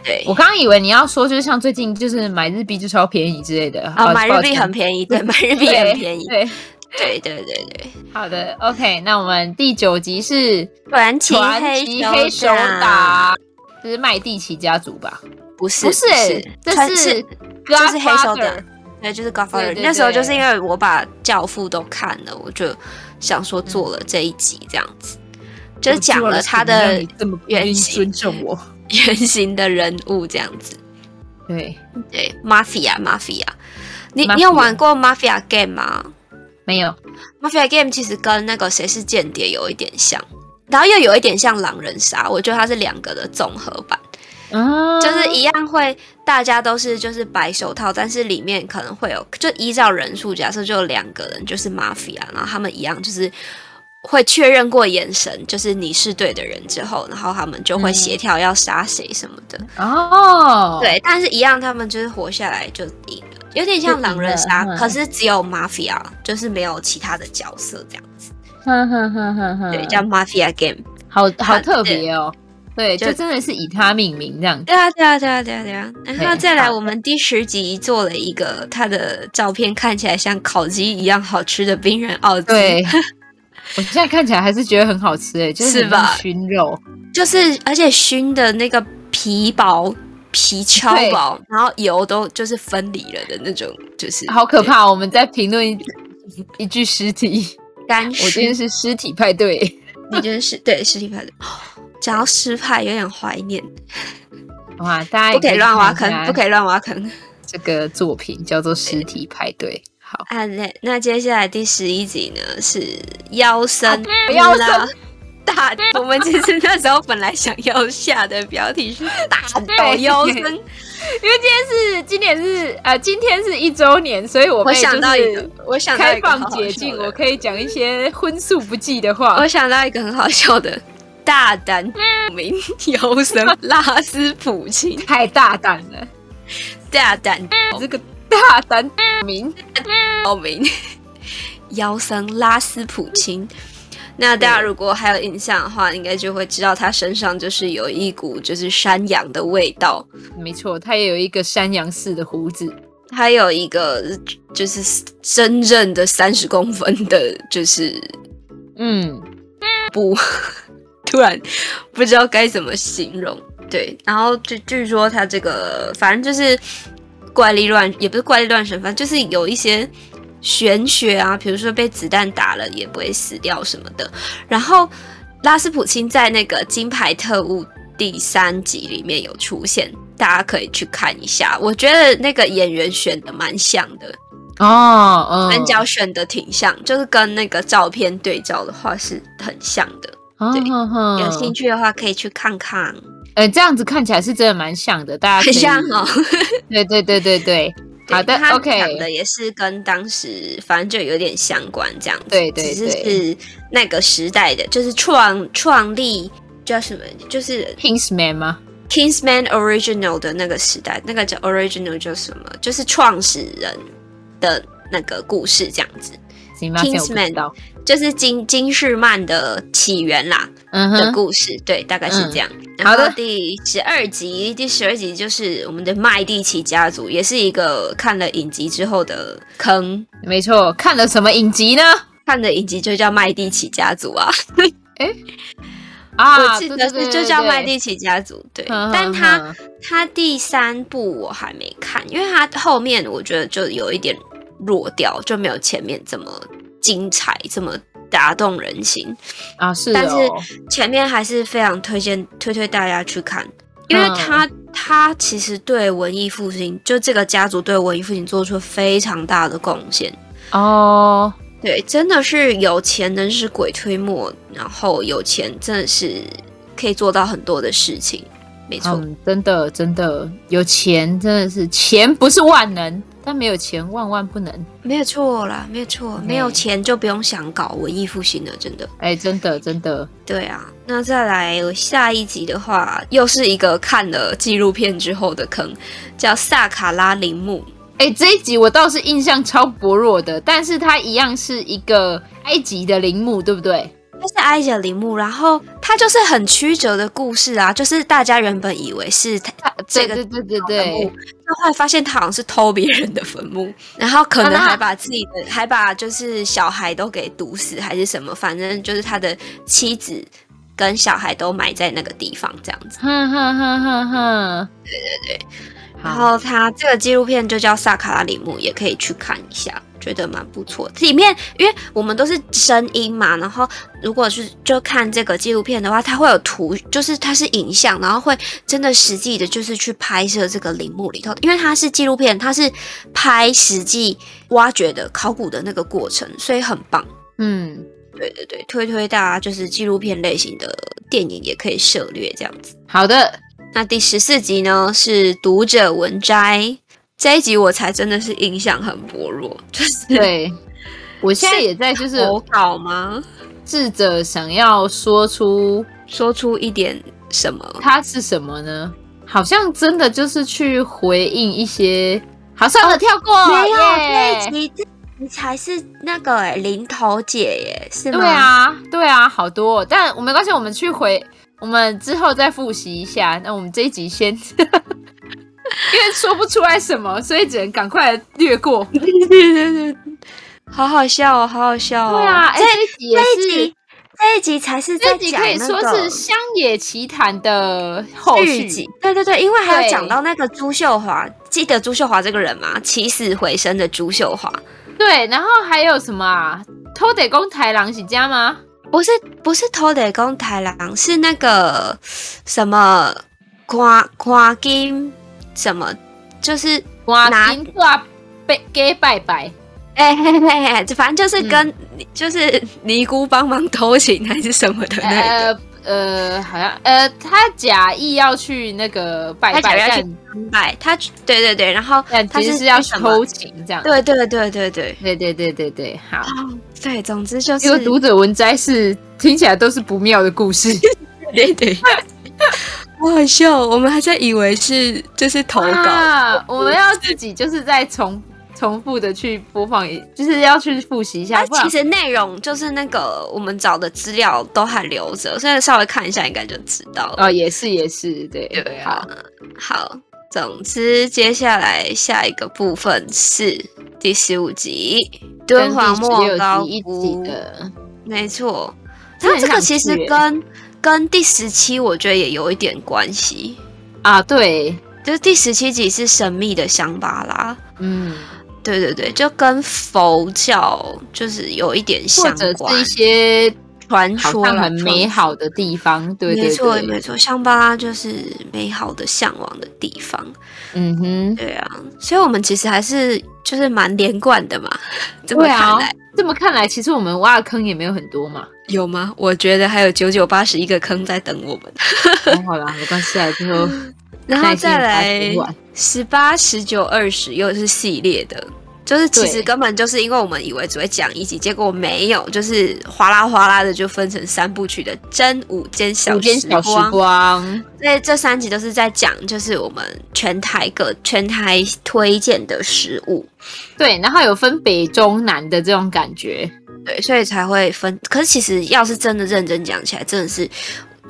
Speaker 1: 对
Speaker 2: 我，刚刚以为你要说，就是像最近就是买日币就超便宜之类的
Speaker 1: 啊，买日币很
Speaker 2: 便
Speaker 1: 便宜，对，买日币很便宜，
Speaker 2: 对，
Speaker 1: 对对对对，
Speaker 2: 好的，OK，那我们第九集是
Speaker 1: 传奇
Speaker 2: 传奇
Speaker 1: 黑
Speaker 2: 黑手党，就是麦蒂奇家族吧？
Speaker 1: 不是
Speaker 2: 不是
Speaker 1: 不是，
Speaker 2: 这
Speaker 1: 传
Speaker 2: 是
Speaker 1: 这是黑手
Speaker 2: Godfather
Speaker 1: 党对，就是 Godfather。
Speaker 2: 对对对
Speaker 1: 那时候就是因为我把《教父》都看了，我就想说做了这一集这样子，就是讲了他
Speaker 2: 我嗯做了什么让
Speaker 1: 的
Speaker 2: 你这么不愿意
Speaker 1: 原型
Speaker 2: 尊重我。
Speaker 1: [LAUGHS] 原型的人物这样子。
Speaker 2: 对，
Speaker 1: 对，Mafia Mafia，你
Speaker 2: Mafia
Speaker 1: 你有玩过 Mafia Game 吗
Speaker 2: 没有，
Speaker 1: ？Mafia Game 其实跟那个谁是间谍有一点像，然后又有一点像狼人杀，我觉得它是两个的综合版。
Speaker 2: 啊，
Speaker 1: 就是一样会，大家都是就是白手套，但是里面可能会有，就依照人数，假设就有两个人就是 mafia，然后他们一样就是会确认过眼神，就是你是对的人之后，然后他们就会
Speaker 2: 嗯
Speaker 1: 协调要杀谁什么的。
Speaker 2: 哦，，
Speaker 1: 对，但是一样，他们就是活下来就赢了，有点像狼人杀
Speaker 2: 就赢，了嗯
Speaker 1: 可是只有 mafia，就是没有其他的角色这样。
Speaker 2: 哼哼哼哼哼，
Speaker 1: 对，叫 mafia game。
Speaker 2: 好好
Speaker 1: 看
Speaker 2: 特别哦。对，
Speaker 1: 就
Speaker 2: 就真的是以它命名
Speaker 1: [LAUGHS]
Speaker 2: 这样子。
Speaker 1: 对啊，对啊，对啊，对啊，对啊。然后
Speaker 2: 对
Speaker 1: 再来，
Speaker 2: 好
Speaker 1: 我们第十集做了一个它的照片，看起来像烤鸡一样好吃的冰人奥鸡，
Speaker 2: 对， [LAUGHS] 我现在看起来还是觉得很好吃欸诶，就是是很像
Speaker 1: 吧
Speaker 2: 熏肉，
Speaker 1: 就是而且熏的那个皮薄、皮超薄，然后油都就是分离了的那种，就是
Speaker 2: 好可怕！我们在评论一 [LAUGHS] 一具尸体，
Speaker 1: 干
Speaker 2: 我今
Speaker 1: 尸
Speaker 2: 天。是尸体派对。
Speaker 1: 你真是对尸体派的，讲到尸派有点怀念，
Speaker 2: 哇，大家
Speaker 1: 不可以乱挖
Speaker 2: 看
Speaker 1: 坑，不可以乱挖坑。
Speaker 2: 这个作品叫做《尸体派对》。好，
Speaker 1: 啊，那那接下来第十一集呢是妖僧
Speaker 2: 不要生
Speaker 1: 大，我们其实那时候本来想要下的标题是大斗
Speaker 2: 对 [LAUGHS]
Speaker 1: 妖僧，
Speaker 2: 因为今天是今年是呃，今天是一周年，所以我
Speaker 1: 我
Speaker 2: 妹
Speaker 1: 想
Speaker 2: 就
Speaker 1: 到一
Speaker 2: 是
Speaker 1: 个，我想到
Speaker 2: 开
Speaker 1: 一个很
Speaker 2: 放
Speaker 1: 好
Speaker 2: 解
Speaker 1: 笑
Speaker 2: 禁，
Speaker 1: 的
Speaker 2: 我可以讲一些荤素不忌的话
Speaker 1: 我。想到一个很好笑的大胆著名妖僧拉斯普京，
Speaker 2: [LAUGHS] 太大胆了，
Speaker 1: 大胆
Speaker 2: 这个大胆名
Speaker 1: 报名妖僧拉斯普钦。那大家如果还有印象的话，应该就会知道他身上就是有一股就是山羊的味道，
Speaker 2: 没错，他也有一个山羊似的胡子，
Speaker 1: 还有一个就是真正的三十公分的，就是
Speaker 2: 嗯，
Speaker 1: 不，突然不知道该怎么形容。对，然后据据说他这个反正就是怪力乱，也不是怪力乱神，反正就是有一些玄学啊，比如说被子弹打了也不会死掉什么的。然后拉斯普钦在那个《金牌特务》第三集里面有出现，大家可以去看一下。我觉得那个演员选的蛮像的，
Speaker 2: 哦，嗯，
Speaker 1: 三角选的挺像，就是跟那个照片对照的话是很像的。
Speaker 2: 哦，
Speaker 1: 对
Speaker 2: 哼哼
Speaker 1: 有兴趣的话可以去看看，
Speaker 2: 呃，这样子看起来是真的蛮像的，大家可
Speaker 1: 很
Speaker 2: 以
Speaker 1: 像哦。
Speaker 2: 对对对对对，啊好的
Speaker 1: 对 [LAUGHS] 他讲
Speaker 2: ，OK，
Speaker 1: 的也是跟当时反正就有点相关这样子，
Speaker 2: 对对
Speaker 1: 只是
Speaker 2: 对
Speaker 1: 是那个时代的，就是创创立叫什么，就是
Speaker 2: ，Kingsman 吗？
Speaker 1: Kingsman Original 的那个时代，那个叫 Original 叫什么，就是创始人的那个故事这样子，
Speaker 2: 行吧，这样我不
Speaker 1: Kingsman
Speaker 2: 知道，
Speaker 1: 就是金金士曼的起源啦。
Speaker 2: 嗯
Speaker 1: 的
Speaker 2: 哼，
Speaker 1: 故事，对，大概是这样。然
Speaker 2: 好的
Speaker 1: 后第十二集，第十二集就是我们的麦蒂奇家族，也是一个看了影集之后的坑。
Speaker 2: 没错，看了什么影集呢？
Speaker 1: 看了影集就叫麦蒂奇家族啊，[LAUGHS]
Speaker 2: 啊，
Speaker 1: 我记
Speaker 2: 对
Speaker 1: 得
Speaker 2: 对对
Speaker 1: 是
Speaker 2: 对嗯
Speaker 1: 就叫
Speaker 2: 对
Speaker 1: 麦蒂奇家族，对。
Speaker 2: 哼
Speaker 1: 但
Speaker 2: 哼
Speaker 1: 他
Speaker 2: 哼
Speaker 1: 他第三部我还没看，因为他后面我觉得就有一点弱掉，就没有前面这么精彩，这么打动人心。
Speaker 2: 啊是哦，
Speaker 1: 但是前面还是非常推荐推推大家去看，因为他、他其实对文艺复兴，就这个家族对文艺复兴做出非常大的贡献。
Speaker 2: 哦，
Speaker 1: 对，真的是有钱能使鬼推磨，然后有钱真的是可以做到很多的事情，没错。
Speaker 2: 嗯，真的真的有钱真的是钱不是万能，但没有钱万万不能。
Speaker 1: 没有错啦，没有错，没有钱就不用想搞文艺复兴了，真的。
Speaker 2: 哎，真的真的，
Speaker 1: 对啊，那再来我下一集的话，又是一个看了纪录片之后的坑，叫萨卡拉陵墓。
Speaker 2: 哎，这一集我倒是印象超薄弱的，但是它一样是一个埃及的陵墓，对不对？
Speaker 1: 它是埃及的陵墓，然后它就是很曲折的故事啊，就是大家原本以为是它这
Speaker 2: 对
Speaker 1: 个
Speaker 2: 对对对
Speaker 1: 坟墓
Speaker 2: 对，，
Speaker 1: 那后来发现他好像是偷别人的坟墓， [LAUGHS] 然后可能
Speaker 2: 啊那
Speaker 1: 还把自己的，还把就是小孩都给毒死还是什么，反正就是他的妻子跟小孩都埋在那个地方这样子。
Speaker 2: 哈哈哈哈哈！
Speaker 1: 然后它这个纪录片就叫《萨卡拉里木》，也可以去看一下，觉得蛮不错的。里面因为我们都是声音嘛，然后如果是就看这个纪录片的话，它会有图，就是它是影像，然后会真的实际的，就是去拍摄这个陵墓里头，因为它是纪录片，它是拍实际挖掘的考古的那个过程，所以很棒。
Speaker 2: 嗯，
Speaker 1: 对对对，推推大家就是纪录片类型的电影也可以涉略这样子。
Speaker 2: 好的，
Speaker 1: 那第十四集呢是读者文摘这一集，我才真的是印象很薄弱， [LAUGHS] 就是
Speaker 2: 对，我现在也在就是
Speaker 1: 投稿吗？
Speaker 2: 试着想要说出
Speaker 1: 说出一点什么？
Speaker 2: 它是什么呢？好像真的就是去回应一些，好，算了，跳过，
Speaker 1: 哦没有
Speaker 2: 耶
Speaker 1: 这一集，这你才是那个哎、零头姐耶，是吗？
Speaker 2: 对，啊，对啊，好多哦，但我没关系，我们去回，我们之后再复习一下。那我们这一集先， [LAUGHS] 因为说不出来什么，所以只能赶快略过。
Speaker 1: 对对对对， [LAUGHS] 好好笑哦，好好笑哦。
Speaker 2: 对啊，哎、
Speaker 1: 这
Speaker 2: 这一集也
Speaker 1: 这一
Speaker 2: 是
Speaker 1: 集，这一集才是
Speaker 2: 这
Speaker 1: 在
Speaker 2: 一集
Speaker 1: 讲
Speaker 2: 可以
Speaker 1: 那个
Speaker 2: 说是《乡野奇谈》的后
Speaker 1: 续
Speaker 2: 续。
Speaker 1: 集，对对对，因为还有
Speaker 2: 对
Speaker 1: 讲到那个朱秀华，记得朱秀华这个人吗？起死回生的朱秀华，
Speaker 2: 对，然后还有什么啊？偷得公台郎喜家吗？
Speaker 1: 不是不是偷得公太郎，是那个什么夸夸金什么，就是 [LAUGHS]
Speaker 2: 哇，
Speaker 1: 拿
Speaker 2: 金挂被给拜拜。
Speaker 1: 哎嘿嘿嘿，就反正就是跟、就是尼姑帮忙偷情还是什么的 [LAUGHS] 那个。
Speaker 2: 呃呃，好像呃，他假意要去那个拜
Speaker 1: 他
Speaker 2: 拜，
Speaker 1: 假如要去
Speaker 2: 但
Speaker 1: 参拜，他对对对，然后
Speaker 2: 但
Speaker 1: 他
Speaker 2: 其实
Speaker 1: 是
Speaker 2: 是要
Speaker 1: 去什么
Speaker 2: 偷情这样。
Speaker 1: 对对对对对，
Speaker 2: 对对对对对，好。
Speaker 1: 哦，对，总之就是
Speaker 2: 这个读者文摘是听起来都是不妙的故事，
Speaker 1: 对对， [LAUGHS] 好好笑哦，我们还在以为是就是投稿，
Speaker 2: [LAUGHS] 啊，我们要自己就是再重重复的去播放一，就是要去复习一下，
Speaker 1: 它
Speaker 2: 不然
Speaker 1: 啊其实内容就是那个我们找的资料都还留着，所以稍微看一下应该就知道了。
Speaker 2: 哦也是也是对
Speaker 1: 对啊
Speaker 2: 好，
Speaker 1: 好，总之接下来下一个部分是第十五集敦煌莫高
Speaker 2: 跟第十六集
Speaker 1: 窟
Speaker 2: 一集，的，
Speaker 1: 没错。
Speaker 2: 这
Speaker 1: 它
Speaker 2: 很
Speaker 1: 这个
Speaker 2: 想
Speaker 1: 其实
Speaker 2: 去耶
Speaker 1: 跟跟第十七我觉得也有一点关系，
Speaker 2: 啊对，
Speaker 1: 就是第十七集是神秘的香巴拉。
Speaker 2: 嗯，
Speaker 1: 对对对，就跟佛教就是有一点
Speaker 2: 或
Speaker 1: 相
Speaker 2: 者是
Speaker 1: 关
Speaker 2: 一，些
Speaker 1: 传
Speaker 2: 好
Speaker 1: 说
Speaker 2: 像
Speaker 1: 啦
Speaker 2: 很美，好的地方，对
Speaker 1: 传
Speaker 2: 对
Speaker 1: 没错
Speaker 2: 对，
Speaker 1: 没错，香巴拉就是美好的向往的地方，
Speaker 2: 嗯哼，
Speaker 1: 对啊，所以我们其实还是就是蛮连贯的嘛，这么
Speaker 2: 对啊
Speaker 1: 看来、，
Speaker 2: 这么看来，其实我们挖的坑也没有很多嘛，
Speaker 1: 有吗？我觉得还有九九八十一个坑在等我
Speaker 2: [LAUGHS]
Speaker 1: 们，
Speaker 2: 还哦好啦，没关系啊，最后
Speaker 1: 然后
Speaker 2: 耐心
Speaker 1: 再
Speaker 2: 把它
Speaker 1: 来
Speaker 2: 读完。
Speaker 1: 十八、十九、二十又是系列的，就是其实
Speaker 2: 对
Speaker 1: 根本就是因为我们以为只会讲一集，结果没有，就是哗啦哗啦的就分成三部曲的《真午间小
Speaker 2: 午间
Speaker 1: 时
Speaker 2: 小时
Speaker 1: 光》。
Speaker 2: 光，
Speaker 1: 所以这三集都是在讲，就是我们全台各全台推荐的食物，
Speaker 2: 对，然后有分北中南的这种感觉，
Speaker 1: 对，所以才会分。可是其实要是真的认真讲起来，真的是。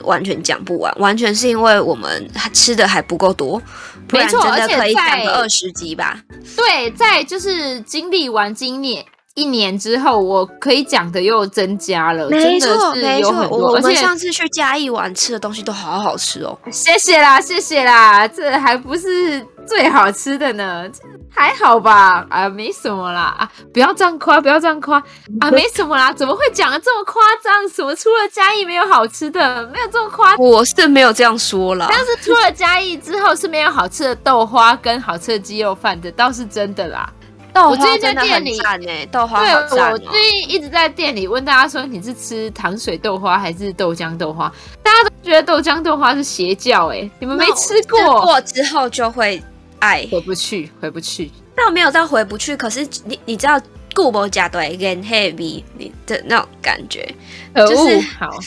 Speaker 1: 完全讲不完，完全是因为我们吃的还不够多，不然
Speaker 2: 没错
Speaker 1: 真的
Speaker 2: 而且
Speaker 1: 可以讲
Speaker 2: 在
Speaker 1: 个二十集吧。
Speaker 2: 对，在就是经历完今年一年之后，我可以讲的又增加了，真
Speaker 1: 没
Speaker 2: 的
Speaker 1: 错，
Speaker 2: 是
Speaker 1: 没
Speaker 2: 有
Speaker 1: 错
Speaker 2: 很，多，
Speaker 1: 我
Speaker 2: 而
Speaker 1: 们
Speaker 2: 且
Speaker 1: 上次去嘉义玩吃的东西都好好吃哦。
Speaker 2: 谢谢啦，谢谢啦，这还不是最好吃的呢，这还好吧，啊，没什么啦，啊，不要这样夸，不要这样夸，啊，没什么啦，怎么会讲的这么夸张？什么除了嘉义没有好吃的，没有这么夸张。
Speaker 1: 我是没有这样说啦，
Speaker 2: 但是除了嘉义之后是没有好吃的豆花跟好吃的鸡肉饭的，倒是真的啦。
Speaker 1: 豆
Speaker 2: 我最
Speaker 1: 花
Speaker 2: 近在
Speaker 1: 真的
Speaker 2: 店
Speaker 1: 很
Speaker 2: 里
Speaker 1: 赞哎，豆花好
Speaker 2: 对，
Speaker 1: 赞
Speaker 2: 我
Speaker 1: 哦。
Speaker 2: 最近一直在店里问大家说你是吃糖水豆花还是豆浆豆花，大家都觉得豆浆豆花是邪教哎、你们没吃
Speaker 1: 吃
Speaker 2: 过，
Speaker 1: 过之后就会爱，
Speaker 2: 回不去，回不去。
Speaker 1: 倒没有到回不去。可是你你知道顾博家对跟 heavy 你的那种感觉，
Speaker 2: 可
Speaker 1: 就
Speaker 2: 恶！
Speaker 1: 是
Speaker 2: 好，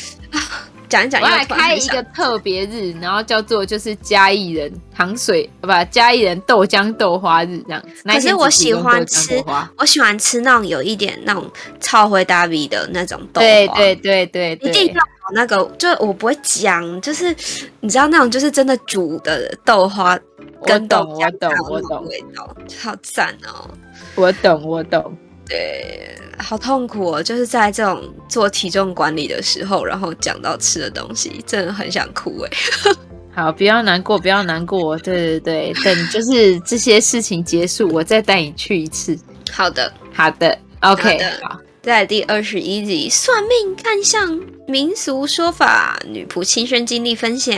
Speaker 1: 讲一讲
Speaker 2: 我
Speaker 1: 又
Speaker 2: 来
Speaker 1: 突然
Speaker 2: 开
Speaker 1: 很
Speaker 2: 一
Speaker 1: 想
Speaker 2: 个特别日，然后叫做就是嘉义人糖水，不嘉义人豆浆豆花日这样子。那一
Speaker 1: 可是
Speaker 2: 天
Speaker 1: 我
Speaker 2: 只
Speaker 1: 喜
Speaker 2: 提供
Speaker 1: 欢
Speaker 2: 豆浆
Speaker 1: 吃
Speaker 2: 豆花
Speaker 1: 我喜欢吃那种有一点那种超回大 V 的那种豆花，
Speaker 2: 对对对对对，
Speaker 1: 一定要有那个，就是我不会讲，就是你知道那种就是真的煮的豆花跟豆
Speaker 2: 我
Speaker 1: 浆
Speaker 2: 懂
Speaker 1: 才有
Speaker 2: 我
Speaker 1: 那种
Speaker 2: 懂
Speaker 1: 味道，好赞哦！
Speaker 2: 我懂我懂，
Speaker 1: 对，好痛苦哦，就是在这种做体重管理的时候，然后讲到吃的东西，真的很想哭哎。
Speaker 2: 好，不要难过，不要难过。对对对，等就是这些事情结束，我再带你去一次。
Speaker 1: 好的，
Speaker 2: 好的，OK，
Speaker 1: 好的
Speaker 2: 好
Speaker 1: 在第二十一集，算命看相民俗说法，女仆亲身经历分享，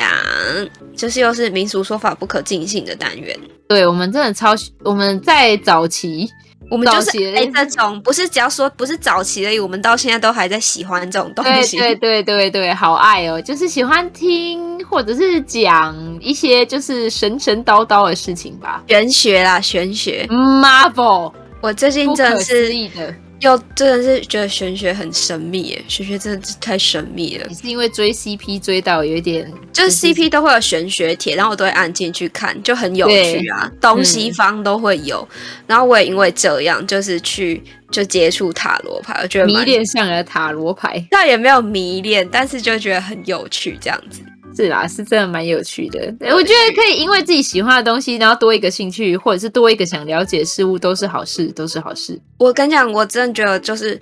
Speaker 1: 就是又是民俗说法不可尽信的单元。
Speaker 2: 对我们真的超，我们在早期，
Speaker 1: 我们就是
Speaker 2: 早期的
Speaker 1: 哎、这种不是只要说不是早期而已，我们到现在都还在喜欢这种东
Speaker 2: 对
Speaker 1: 西。
Speaker 2: 对对对对，好爱哦，就是喜欢听或者是讲一些就是神神叨叨的事情吧。
Speaker 1: 玄学啦，玄学，
Speaker 2: Marvel，
Speaker 1: 我最近
Speaker 2: 不
Speaker 1: 真
Speaker 2: 可
Speaker 1: 的
Speaker 2: 思
Speaker 1: 是
Speaker 2: 议的，
Speaker 1: 又真的是觉得玄学很神秘耶，玄学真的是太神秘了
Speaker 2: 你。是因为追 CP 追到有一点，
Speaker 1: 就是 CP 都会有玄学帖，然后我都会按进去看，就很有趣啊，东西方都会有。然后我也因为这样，就是去就接触塔罗牌，我觉得
Speaker 2: 迷
Speaker 1: 蛮，
Speaker 2: 恋上了塔罗牌。
Speaker 1: 倒也没有迷恋，但是就觉得很有趣这样子。
Speaker 2: 是啦，是真的蛮有趣的。我觉得可以因为自己喜欢的东西，然后多一个兴趣，或者是多一个想了解的事物，都是好事，都是好 [LAUGHS] 事。
Speaker 1: 我跟你讲，我真的觉得就是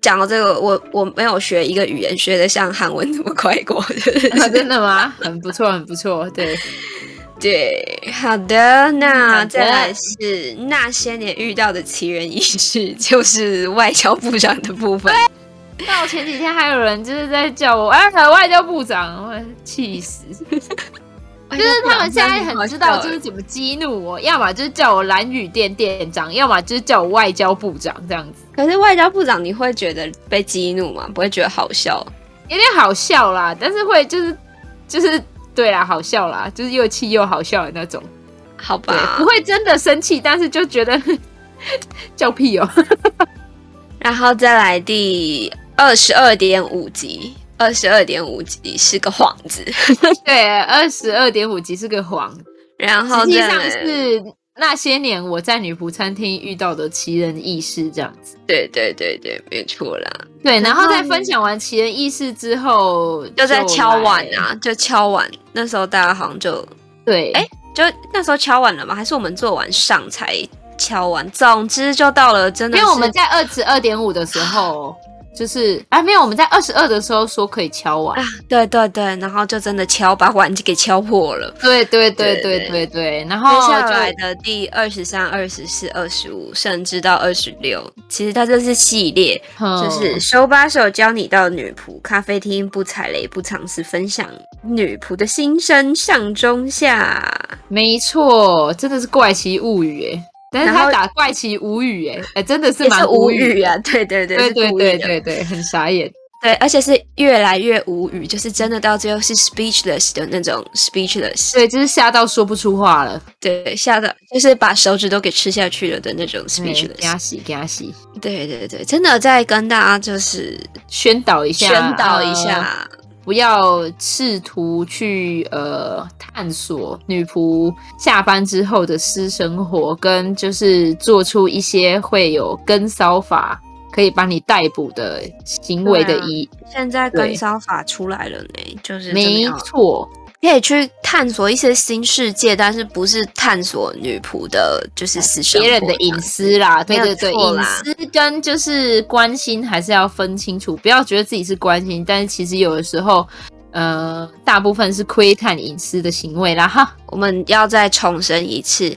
Speaker 1: 讲到这个，我我没有学一个语言学的像韩文这么快过， [LAUGHS] 就是
Speaker 2: 啊、真的吗？很不错，很不错。对，
Speaker 1: 对，好的，
Speaker 2: 好
Speaker 1: 那
Speaker 2: 的
Speaker 1: 再来是那些年遇到的奇人异事， [LAUGHS] 就是外交部长的部分。
Speaker 2: 但我前几天还有人就是在叫我哎，外交部长，我气死！
Speaker 1: 哎
Speaker 2: 就是他们现在很知道就是怎么激怒我，要么就是叫我蓝雨店店长，要么就是叫我外交部长这样子，
Speaker 1: 可是外交部长，你会觉得被激怒吗？不会觉得好笑？
Speaker 2: 有点好笑啦，但是会就是就是对啦，好笑啦，就是又气又好笑的那种。
Speaker 1: 好
Speaker 2: 对，
Speaker 1: 吧
Speaker 2: 不。会真的生气，但是就觉得 [LAUGHS] 叫
Speaker 1: [LAUGHS]
Speaker 2: 屁哦。
Speaker 1: 然后再来第二十二点五集，二十二点五集是个幌子。
Speaker 2: [LAUGHS] 对，二十二点五级是个谎，
Speaker 1: 然后
Speaker 2: 实际
Speaker 1: 再
Speaker 2: 上
Speaker 1: 来
Speaker 2: 是那些年我在女仆餐厅遇到的奇人异事这样子。
Speaker 1: 对对对对，没错啦，
Speaker 2: 对，然后
Speaker 1: 后
Speaker 2: 在分享完奇人异事之后，
Speaker 1: 就在敲碗
Speaker 2: 来。
Speaker 1: 啊，就敲碗。那时候大家好像就
Speaker 2: 对，
Speaker 1: 哎就那时候敲完了吗？还是我们做完上才敲完？总之就到了真的
Speaker 2: 因
Speaker 1: 是，
Speaker 2: 为我们在二十二点五的时候，就是哎没有，我们在二十二的时候说可以敲碗
Speaker 1: 啊。，对对对，然后就真的敲把碗给敲破了。
Speaker 2: 对对对
Speaker 1: 对对
Speaker 2: 对对哦对，然
Speaker 1: 接
Speaker 2: 后
Speaker 1: 下
Speaker 2: 就
Speaker 1: 来的第二十三、二十四、二十五，甚至到二十六，其实它这是系列，就
Speaker 2: 嗯
Speaker 1: 是手把手教你到女仆咖啡厅，不踩雷，不尝试，分享女仆的心声，上中下。
Speaker 2: 没错，真的是怪奇物语哎，但是
Speaker 1: 然
Speaker 2: 他
Speaker 1: 后
Speaker 2: 打怪奇无语哎，哎真的是
Speaker 1: 也是
Speaker 2: 蛮
Speaker 1: 无
Speaker 2: 语
Speaker 1: 语
Speaker 2: 的，
Speaker 1: 啊，对对对，
Speaker 2: 对
Speaker 1: 是
Speaker 2: 对
Speaker 1: 无
Speaker 2: 对
Speaker 1: 语的啊
Speaker 2: 对对，很傻眼。
Speaker 1: 对，而且是越来越无语，就是真的到最后是 speechless 的那种 speechless，
Speaker 2: 对，就是吓到说不出话了。
Speaker 1: 对，吓到就是把手指都给吃下去了的那种
Speaker 2: 给他
Speaker 1: speechless，
Speaker 2: 洗，给他洗，
Speaker 1: 对对对，真的在跟大家就是
Speaker 2: 宣导一下，
Speaker 1: 宣导一
Speaker 2: 呃
Speaker 1: 下，
Speaker 2: 不要试图去呃探索女仆下班之后的私生活，跟就是做出一些会有跟骚法可以把你逮捕的行为的
Speaker 1: 对啊
Speaker 2: 一，
Speaker 1: 现在
Speaker 2: 对
Speaker 1: 跟骚法出来了呢，就是真的
Speaker 2: 没
Speaker 1: 要
Speaker 2: 错，
Speaker 1: 可以去探索一些新世界，但是不是探索女仆呃的，就是私生
Speaker 2: 别人的
Speaker 1: 活
Speaker 2: 隐。私啦，对
Speaker 1: 没有
Speaker 2: 对对，
Speaker 1: 错
Speaker 2: 隐
Speaker 1: 啦
Speaker 2: 私跟就是关心还是要分清楚，不要觉得自己是关心，但是其实有的时候，呃，大部分是窥探隐私的行为啦哈。
Speaker 1: 我们要再重申一次：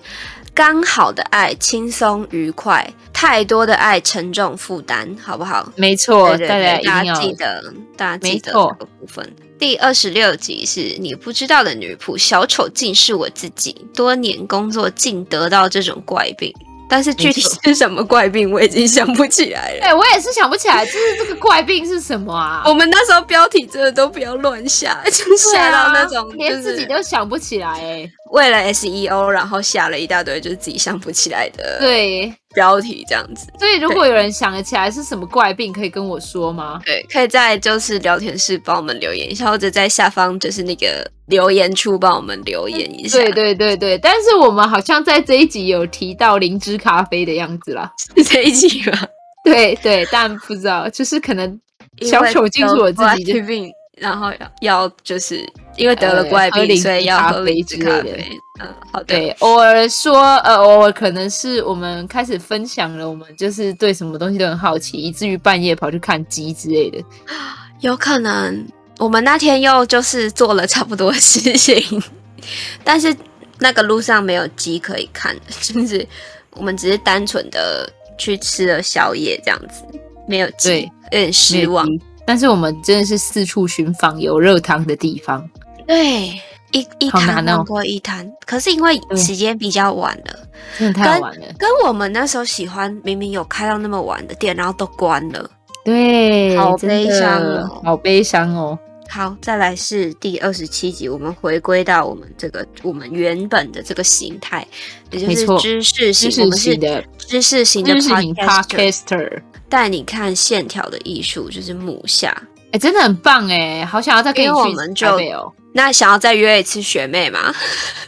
Speaker 1: 刚好的爱轻松愉快，太多的爱沉重负担，好不好？
Speaker 2: 没错，
Speaker 1: 对对
Speaker 2: 大家
Speaker 1: 对
Speaker 2: 一
Speaker 1: 大家
Speaker 2: 定要
Speaker 1: 记得，大家记
Speaker 2: 没
Speaker 1: 得
Speaker 2: 错
Speaker 1: 这个部分。第二十六集是你不知道的女仆，小丑竟是我自己，多年工作竟得到这种怪病，但是具体
Speaker 2: 没错
Speaker 1: 是什么怪病，我已经想不起来了
Speaker 2: 哎、。我也是想不起来，就是这个怪病是什么啊？
Speaker 1: [LAUGHS] 我们那时候标题真的都不要乱下，就
Speaker 2: 对
Speaker 1: 下
Speaker 2: 啊
Speaker 1: 到那种、
Speaker 2: 连
Speaker 1: 就
Speaker 2: 自己
Speaker 1: 是
Speaker 2: 都想不起来、哎，
Speaker 1: 为了 SEO，然后下了一大堆就是自己想不起来的
Speaker 2: 对，
Speaker 1: 标题这样子。
Speaker 2: 所以如果有人想得起来是什么怪病，可以跟我说吗？
Speaker 1: 对，可以在就是聊天室帮我们留言一下，或者在下方就是那个留言处帮我们留言一下。
Speaker 2: 对对对对，但是我们好像在这一集有提到灵芝咖啡的样子啦。
Speaker 1: 对，这一集吧。
Speaker 2: 对对，但不知道，就是可能小丑竟是我自己
Speaker 1: 因为得了怪
Speaker 2: 就
Speaker 1: 病，然后要要就是因为得了
Speaker 2: 呃
Speaker 1: 怪
Speaker 2: 喝灵
Speaker 1: 病，
Speaker 2: 芝
Speaker 1: 所以要
Speaker 2: 咖
Speaker 1: 喝
Speaker 2: 啡
Speaker 1: 灵芝
Speaker 2: 之
Speaker 1: 咖
Speaker 2: 类的
Speaker 1: 啡。嗯，好的。
Speaker 2: 对，偶尔说呃，偶尔可能是我们开始分享了，我们就是对什么东西都很好奇，以至于半夜跑去看鸡之类的。
Speaker 1: 有可能，我们那天又就是做了差不多的事情，但是那个路上没有鸡可以看，就是我们只是单纯的去吃了宵夜这样子，没有鸡，
Speaker 2: 对，
Speaker 1: 有点失望。
Speaker 2: 但是我们真的是四处寻访有热汤的地方，
Speaker 1: 对，一一
Speaker 2: 好
Speaker 1: 摊
Speaker 2: 难哦
Speaker 1: 逛过一摊，可是因为
Speaker 2: 嗯
Speaker 1: 时间比较晚了，
Speaker 2: 真的太好玩了。
Speaker 1: 跟我们那时候喜欢明明有开到那么晚的店，然后都关了。
Speaker 2: 对，
Speaker 1: 好
Speaker 2: 真的
Speaker 1: 悲伤哦
Speaker 2: 好悲伤哦。
Speaker 1: 好，再来是第二十七集，我们回归到我们这个我们原本的这个形态，也就
Speaker 2: 没
Speaker 1: 是
Speaker 2: 错
Speaker 1: 知识型，
Speaker 2: 知
Speaker 1: 我
Speaker 2: 识
Speaker 1: 们是
Speaker 2: 型的，
Speaker 1: 知识型的
Speaker 2: 知识型
Speaker 1: podcast，
Speaker 2: podcaster，
Speaker 1: 带你看线条的艺术，就是木下。
Speaker 2: 哎、真的很棒哎，好想要再跟你
Speaker 1: 因为
Speaker 2: 去
Speaker 1: 我们就
Speaker 2: 台北哦。
Speaker 1: 那想要再约一次学妹吗？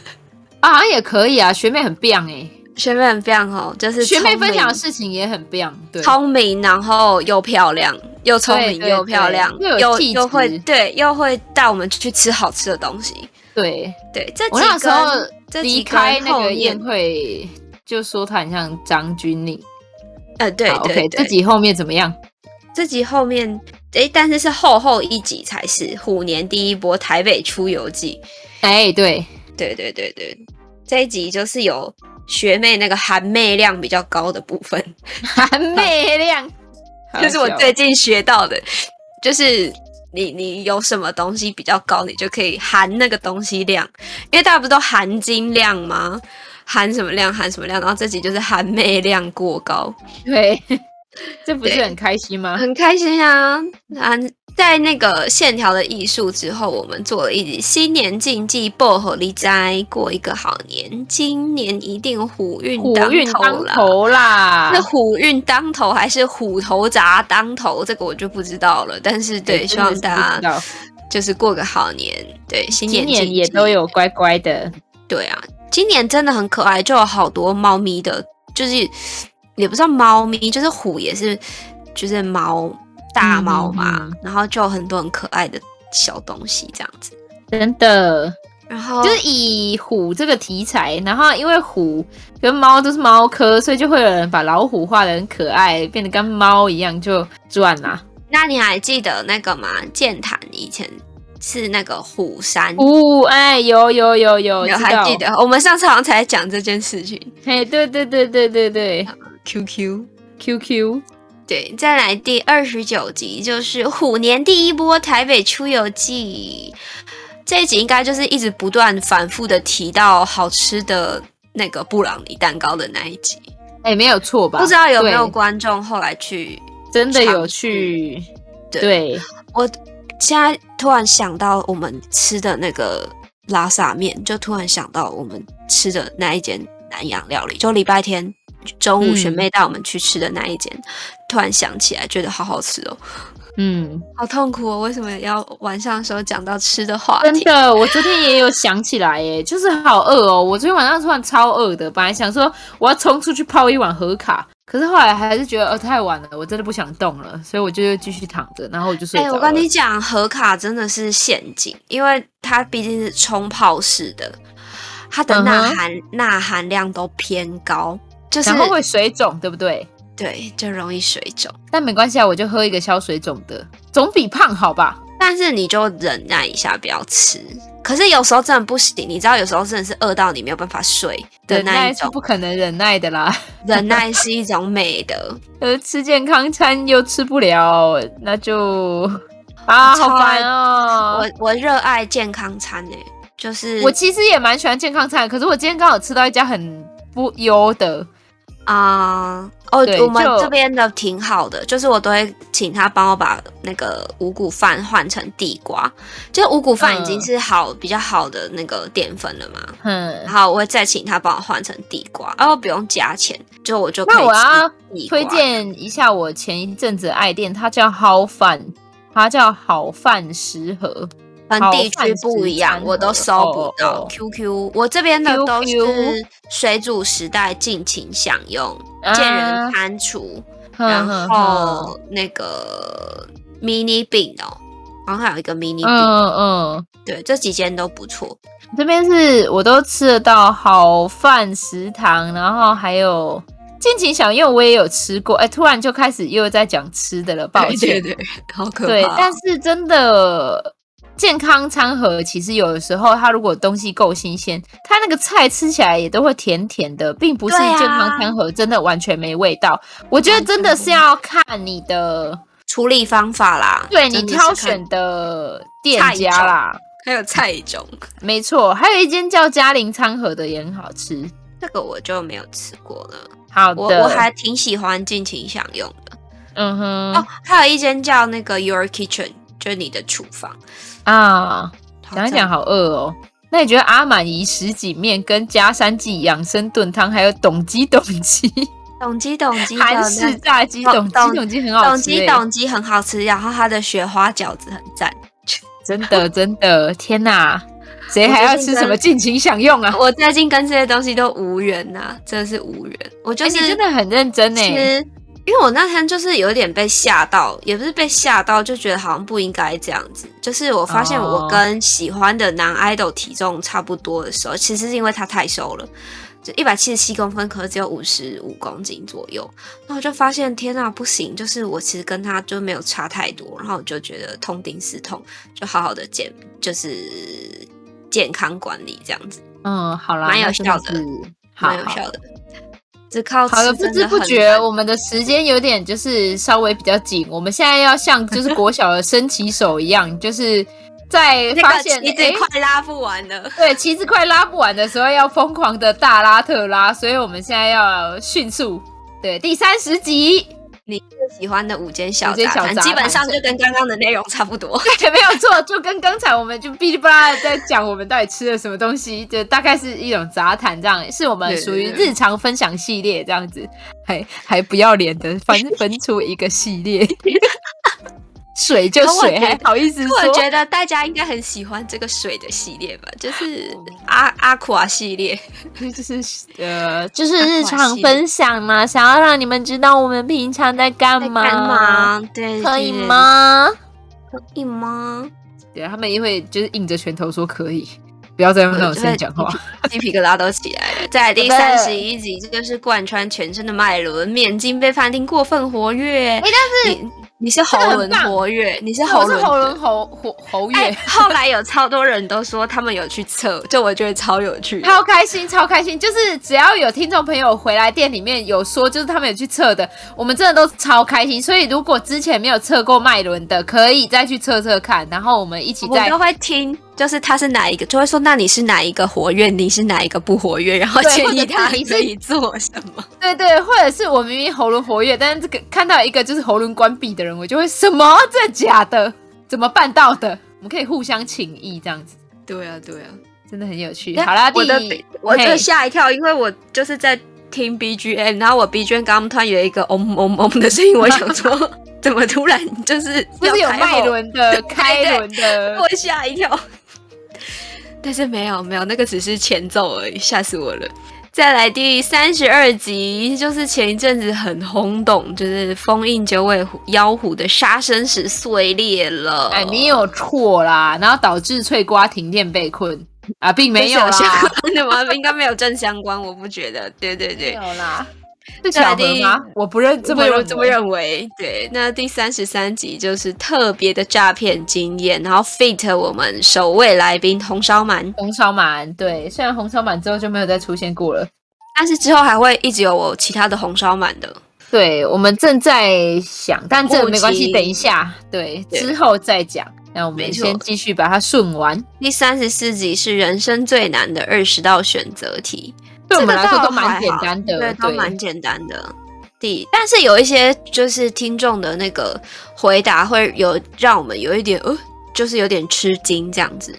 Speaker 1: [LAUGHS]
Speaker 2: 啊，好像也可以啊，学妹很棒哎，
Speaker 1: 学妹很棒哦，就是
Speaker 2: 学妹分享的
Speaker 1: 聪
Speaker 2: 事情也很棒，对
Speaker 1: 明，聪明，然后又漂亮，又聪明
Speaker 2: 对
Speaker 1: 又漂亮，
Speaker 2: 对又有
Speaker 1: 又
Speaker 2: 气质
Speaker 1: 又会对，又会带我们去吃好吃的东西。
Speaker 2: 对。
Speaker 1: 对，这
Speaker 2: 我
Speaker 1: 几
Speaker 2: 那时
Speaker 1: 根
Speaker 2: 候
Speaker 1: 这
Speaker 2: 离
Speaker 1: 几
Speaker 2: 开
Speaker 1: 根
Speaker 2: 那
Speaker 1: 后
Speaker 2: 个宴
Speaker 1: 面，
Speaker 2: 会，就说他很像张钧甯。
Speaker 1: 呃，对
Speaker 2: 好
Speaker 1: 对
Speaker 2: OK，
Speaker 1: 对
Speaker 2: 自，己后面怎么样？
Speaker 1: 这集后面，诶，但是是后后一集才是虎年第一波台北出游记。
Speaker 2: 哎、
Speaker 1: [LAUGHS]
Speaker 2: 对，
Speaker 1: 对对对对，这一集就是有学妹那个含妹量比较高的部分，
Speaker 2: 含 [LAUGHS] 妹量，
Speaker 1: 就是我
Speaker 2: 好笑
Speaker 1: 最近学到的，就是你你有什么东西比较高，你就可以含那个东西量，因为大家不是都含金量吗？含什么量含什么量，然后这集就是含妹量过高，
Speaker 2: [LAUGHS] 对，这不是
Speaker 1: 对
Speaker 2: 很开心吗？
Speaker 1: 很开心啊！啊，在那个线条的艺术之后，我们做了一集新年禁忌薄荷梨斋，过一个好年。今年一定虎运
Speaker 2: 虎
Speaker 1: 当
Speaker 2: 运
Speaker 1: 头
Speaker 2: 当
Speaker 1: 啦！
Speaker 2: 头啦，
Speaker 1: 那虎运当头还是虎头铡当头，这个我就不知道了。但是对，
Speaker 2: 哎
Speaker 1: 希望
Speaker 2: 真的是
Speaker 1: 大
Speaker 2: 不知
Speaker 1: 家
Speaker 2: 道
Speaker 1: 就是过个好年。对，新
Speaker 2: 今
Speaker 1: 年
Speaker 2: 年
Speaker 1: 禁
Speaker 2: 也
Speaker 1: 忌
Speaker 2: 都有乖乖的，
Speaker 1: 对啊，今年真的很可爱，就有好多猫咪的，就是也不知道猫咪，就是虎也是，就是猫大猫嘛，
Speaker 2: 嗯嗯
Speaker 1: 然后就有很多很可爱的小东西这样子。
Speaker 2: 真的。
Speaker 1: 然后
Speaker 2: 就是以虎这个题材，然后因为虎跟猫都是猫科，所以就会有人把老虎画的很可爱，变得跟猫一样，就啊赚啦、
Speaker 1: 那你还记得那个吗？剑潭以前是那个虎山，
Speaker 2: 哦，哎，有有有有，
Speaker 1: 嗯有
Speaker 2: 知
Speaker 1: 还
Speaker 2: 道
Speaker 1: 记？得？我们上次好像才讲这件事情。
Speaker 2: 哎，对对对对对对
Speaker 1: QQ。
Speaker 2: ，QQ，
Speaker 1: 对，再来第二十九集就是虎年第一波台北出游记，这一集应该就是一直不断反复的提到好吃的那个布朗尼蛋糕的那一集，
Speaker 2: 哎，没有错吧？
Speaker 1: 不知道有没有
Speaker 2: 对
Speaker 1: 观众后来去。
Speaker 2: 真的有
Speaker 1: 尝试
Speaker 2: 去？
Speaker 1: 对
Speaker 2: 对，
Speaker 1: 现在突然想到我们吃的那个拉萨面，就突然想到我们吃的那一间南洋料理，就礼拜天中午
Speaker 2: 嗯
Speaker 1: 学妹带我们去吃的那一间，突然想起来，觉得好好吃哦。
Speaker 2: 嗯，
Speaker 1: 好痛苦哦！为什么要晚上的时候讲到吃的话
Speaker 2: 真
Speaker 1: 题？
Speaker 2: 的，我昨天也有想起来耶， [LAUGHS] 就是好饿哦。我昨天晚上突然超饿的，本来想说我要冲出去泡一碗盒卡，可是后来还是觉得呃太晚了，我真的不想动了，所以我就继续躺着，然后我就睡
Speaker 1: 哎、
Speaker 2: 着了。
Speaker 1: 我跟你讲，盒卡真的是陷阱，因为它毕竟是冲泡式的，它的
Speaker 2: 嗯哼
Speaker 1: 钠含钠、含量都偏高，就是
Speaker 2: 然后会水肿，对不对？
Speaker 1: 对，就容易水肿。
Speaker 2: 但没关系啊，我就喝一个消水肿的，总比胖好吧？
Speaker 1: 但是你就忍耐一下，不要吃。可是有时候真的不行，你知道，有时候真的是饿到你没有办法睡的
Speaker 2: 忍
Speaker 1: 那
Speaker 2: 耐
Speaker 1: 一
Speaker 2: 是
Speaker 1: 种。
Speaker 2: 不可能忍耐的啦。 [LAUGHS]
Speaker 1: 忍耐是一种美德，
Speaker 2: 呃，吃健康餐又吃不了，
Speaker 1: [LAUGHS]
Speaker 2: 那就啊，
Speaker 1: 我超
Speaker 2: 好
Speaker 1: 爱
Speaker 2: 烦 [LAUGHS] 哦。
Speaker 1: 我我热爱健康餐诶、就是
Speaker 2: 我其实也蛮喜欢健康餐，可是我今天刚好吃到一家很不优的，
Speaker 1: 啊、哦
Speaker 2: 对，
Speaker 1: 我们
Speaker 2: 就
Speaker 1: 这边的挺好的，就是我都会请他帮我把那个五谷饭换成地瓜，就五谷饭已经
Speaker 2: 嗯
Speaker 1: 是好、比较好的那个淀粉了嘛，
Speaker 2: 嗯
Speaker 1: 然，后我会再请他帮我换成地瓜，然后不用加钱，就我就可以
Speaker 2: 那我
Speaker 1: 吃
Speaker 2: 要
Speaker 1: 地瓜
Speaker 2: 推荐一下我前一阵子的爱店，它叫好饭，它叫好饭食盒，
Speaker 1: 跟地区不一
Speaker 2: 好
Speaker 1: 样，
Speaker 2: 饭
Speaker 1: 我都搜不
Speaker 2: 哦哦
Speaker 1: 到
Speaker 2: 哦
Speaker 1: QQ，我这边的都
Speaker 2: QQ
Speaker 1: 是水煮时代尽情享用，
Speaker 2: 啊
Speaker 1: 见人餐厨。
Speaker 2: 哼
Speaker 1: 然
Speaker 2: 哼哼
Speaker 1: 后那个 mini bean 哦，然后还有一个 mini bean，、
Speaker 2: 嗯嗯，
Speaker 1: 对，这几间都不错。
Speaker 2: 这边是我都吃得到好饭食堂，然后还有。尽情享用，我也有吃过。哎、突然就开始又在讲吃的了，抱歉。
Speaker 1: 对，好可
Speaker 2: 对，但是真的健康餐盒其实有的时候，它如果东西够新鲜，它那个菜吃起来也都会甜甜的，并不是
Speaker 1: 对啊
Speaker 2: 健康餐盒真的完全没味道。我觉得真的是要看你的，
Speaker 1: 处理方法啦，
Speaker 2: 对你
Speaker 1: 真的是
Speaker 2: 挑
Speaker 1: 看
Speaker 2: 选的店
Speaker 1: 菜
Speaker 2: 家
Speaker 1: 种
Speaker 2: 啦。
Speaker 1: 还有菜种，
Speaker 2: 没错，还有一间叫嘉陵餐盒的也很好吃。
Speaker 1: 这个我就没有吃过了。
Speaker 2: 好的，
Speaker 1: 我我还挺喜欢尽情享用的、
Speaker 2: 嗯哼、
Speaker 1: 哦。还有一间叫那个 Your Kitchen，就是你的厨房。
Speaker 2: 啊，讲一
Speaker 1: 赞
Speaker 2: 讲好饿哦。那你觉得阿满姨什锦面跟加山记养生炖汤，还有董鸡董鸡
Speaker 1: 懂鸡懂鸡的
Speaker 2: 韩
Speaker 1: 那
Speaker 2: 式炸鸡
Speaker 1: 懂
Speaker 2: 董
Speaker 1: 懂
Speaker 2: 鸡董鸡很好
Speaker 1: 懂
Speaker 2: 吃
Speaker 1: 鸡
Speaker 2: 欸，
Speaker 1: [LAUGHS] 懂鸡很好吃，然后它的雪花饺子很赞。
Speaker 2: 真的真的，天哪！谁还要吃什么尽情享用啊？
Speaker 1: 我最近跟这些东西都无缘呐、真的是无缘。我 [LAUGHS] 就
Speaker 2: 哎，
Speaker 1: 是、
Speaker 2: 你真的很认真欸呢。
Speaker 1: 吃，因为我那天就是有点被吓到，也不是被吓到，就觉得好像不应该这样子。就是我发现
Speaker 2: 哦
Speaker 1: 我跟喜欢的男 idol 体重差不多的时候，其实是因为他太瘦了。就一百七十七公分，可是只有五十五公斤左右。那我就发现，天呐，不行！就是我其实跟他就没有差太多，然后我就觉得痛定思痛，就好好的健，就是健康管理这样子，
Speaker 2: 嗯，好啦，
Speaker 1: 蛮有
Speaker 2: 那真的
Speaker 1: 效的
Speaker 2: 是，好
Speaker 1: 蛮有
Speaker 2: 好
Speaker 1: 效的。只靠
Speaker 2: 好了，
Speaker 1: 吃
Speaker 2: 不
Speaker 1: 真
Speaker 2: 知
Speaker 1: 的
Speaker 2: 不
Speaker 1: 很
Speaker 2: 觉
Speaker 1: 难
Speaker 2: 我们的时间有点就是稍微比较紧，我们现在要像就是国小的升旗手一样，就是在
Speaker 1: 那
Speaker 2: 发
Speaker 1: 个
Speaker 2: 现
Speaker 1: 旗子
Speaker 2: 诶
Speaker 1: 快拉不完了。
Speaker 2: 对旗子快拉不完的时候，要疯狂的大拉特拉，所以我们现在要迅速。对，第三十集，
Speaker 1: 你最喜欢的五间小
Speaker 2: 五间
Speaker 1: 杂
Speaker 2: 小
Speaker 1: 谈，
Speaker 2: 杂
Speaker 1: 基本
Speaker 2: 谈
Speaker 1: 上就跟刚刚的内容差不多。
Speaker 2: 对， [LAUGHS] 没有错，就跟刚才我们就哔哩吧啦地在讲我们到底吃了什么东西，就大概是一种杂谈这样，是我们
Speaker 1: 对对
Speaker 2: 属于
Speaker 1: 对
Speaker 2: 日常分享系列这样子，还还不要脸的分分出一个系
Speaker 1: [LAUGHS]
Speaker 2: 列，水就
Speaker 1: 可我
Speaker 2: 水，
Speaker 1: 觉得
Speaker 2: 还好意思
Speaker 1: 我
Speaker 2: 说？
Speaker 1: 觉得大家应该很喜欢这个水的系列吧，就是
Speaker 2: 哦
Speaker 1: 阿阿库瓦系列。
Speaker 2: 就是呃，就是
Speaker 1: 八
Speaker 2: 日
Speaker 1: 卦
Speaker 2: 常
Speaker 1: 系列
Speaker 2: 分享嘛，想要让你们知道我们平常在干嘛，
Speaker 1: 干嘛？对，
Speaker 2: 可以
Speaker 1: 对？
Speaker 2: 吗？
Speaker 1: 可以吗？
Speaker 2: 对他们也会就是硬着拳头说可以，不要再用那种
Speaker 1: 对
Speaker 2: 声音
Speaker 1: 就
Speaker 2: 讲话。
Speaker 1: 鸡皮疙瘩都起来了。在第
Speaker 2: 对
Speaker 1: 三十一集，这就是贯穿全身的脉轮，免经被判定过分活跃。哎，但是你你是喉
Speaker 2: 个很
Speaker 1: 轮
Speaker 2: 棒
Speaker 1: 活跃，你是
Speaker 2: 对
Speaker 1: 喉
Speaker 2: 我是
Speaker 1: 轮
Speaker 2: 喉咙喉喉喉
Speaker 1: 哎
Speaker 2: 越。，
Speaker 1: 后来有超多人都说他们有去测，这我觉得超有趣的。
Speaker 2: 超开心，超开心！就是只要有听众朋友回来店里面有说，就是他们有去测的，我们真的都超开心。所以如果之前没有测过脉轮的，可以再去测测看，然后我们一起
Speaker 1: 我
Speaker 2: 再
Speaker 1: 都会听，就是他是哪一个，就会说那你是哪一个活跃，你是哪一个不活跃，然后
Speaker 2: 对
Speaker 1: 建议
Speaker 2: 或者是
Speaker 1: 他
Speaker 2: 你是
Speaker 1: 可以做什么。
Speaker 2: 对对，或者是我明明喉咙活跃，但是这个看到一个就是喉咙关闭的人，我就会什么这假的？怎么办到的？我们可以互相请益，这样子
Speaker 1: 对啊，对啊。
Speaker 2: 真的很有趣。好啦，
Speaker 1: 我的
Speaker 2: 第
Speaker 1: 我
Speaker 2: 嘿
Speaker 1: 这吓一跳，因为我就是在听 BGM，然后我 BGM 刚刚突然有一个嗡嗡嗡的声音，我想 [LAUGHS] 说怎么突然就是
Speaker 2: 不是有
Speaker 1: 要开
Speaker 2: 脉
Speaker 1: 吼，[LAUGHS]
Speaker 2: 轮的、开轮的，
Speaker 1: 我吓一跳。但是没有没有，那个只是前奏而已，吓死我了。再来第三十二集，就是前一阵子很轰动，就是封印九尾狐妖狐的杀生石碎裂了。
Speaker 2: 哎，你有错啦，然后导致翠瓜停电被困啊，并没有
Speaker 1: 这是有
Speaker 2: 啦，
Speaker 1: 相关的吗？应该没有正相关，我不觉得。对对对，
Speaker 2: 有啦，
Speaker 1: 再
Speaker 2: 是巧
Speaker 1: 来
Speaker 2: 合
Speaker 1: 第
Speaker 2: 吗？我不认这
Speaker 1: 这
Speaker 2: 么
Speaker 1: 么
Speaker 2: 认
Speaker 1: 我
Speaker 2: 为
Speaker 1: 这么认为。对，那第三十三集就是特别的诈骗经验，然后 fit 我们首位来宾红烧鳗，
Speaker 2: 红烧鳗，对，虽然红烧鳗之后就没有再出现过了。
Speaker 1: 但是之后还会一直有我其他的红烧鳗的。
Speaker 2: 对，我们正在想，但这
Speaker 1: 后
Speaker 2: 没关系，
Speaker 1: 期
Speaker 2: 等一下，对，
Speaker 1: 对
Speaker 2: 之后再讲。那我们
Speaker 1: 没错
Speaker 2: 先继续把它顺完，
Speaker 1: 第三十四集是人生最难的二十道选择题，
Speaker 2: 对我们来
Speaker 1: 这个
Speaker 2: 说
Speaker 1: 倒
Speaker 2: 都蛮
Speaker 1: 还
Speaker 2: 简
Speaker 1: 好
Speaker 2: 单的，
Speaker 1: 对，都蛮简单的。第，但是有一些就是听众的那个回答会有让我们有一点呃，就是有点吃惊这样子，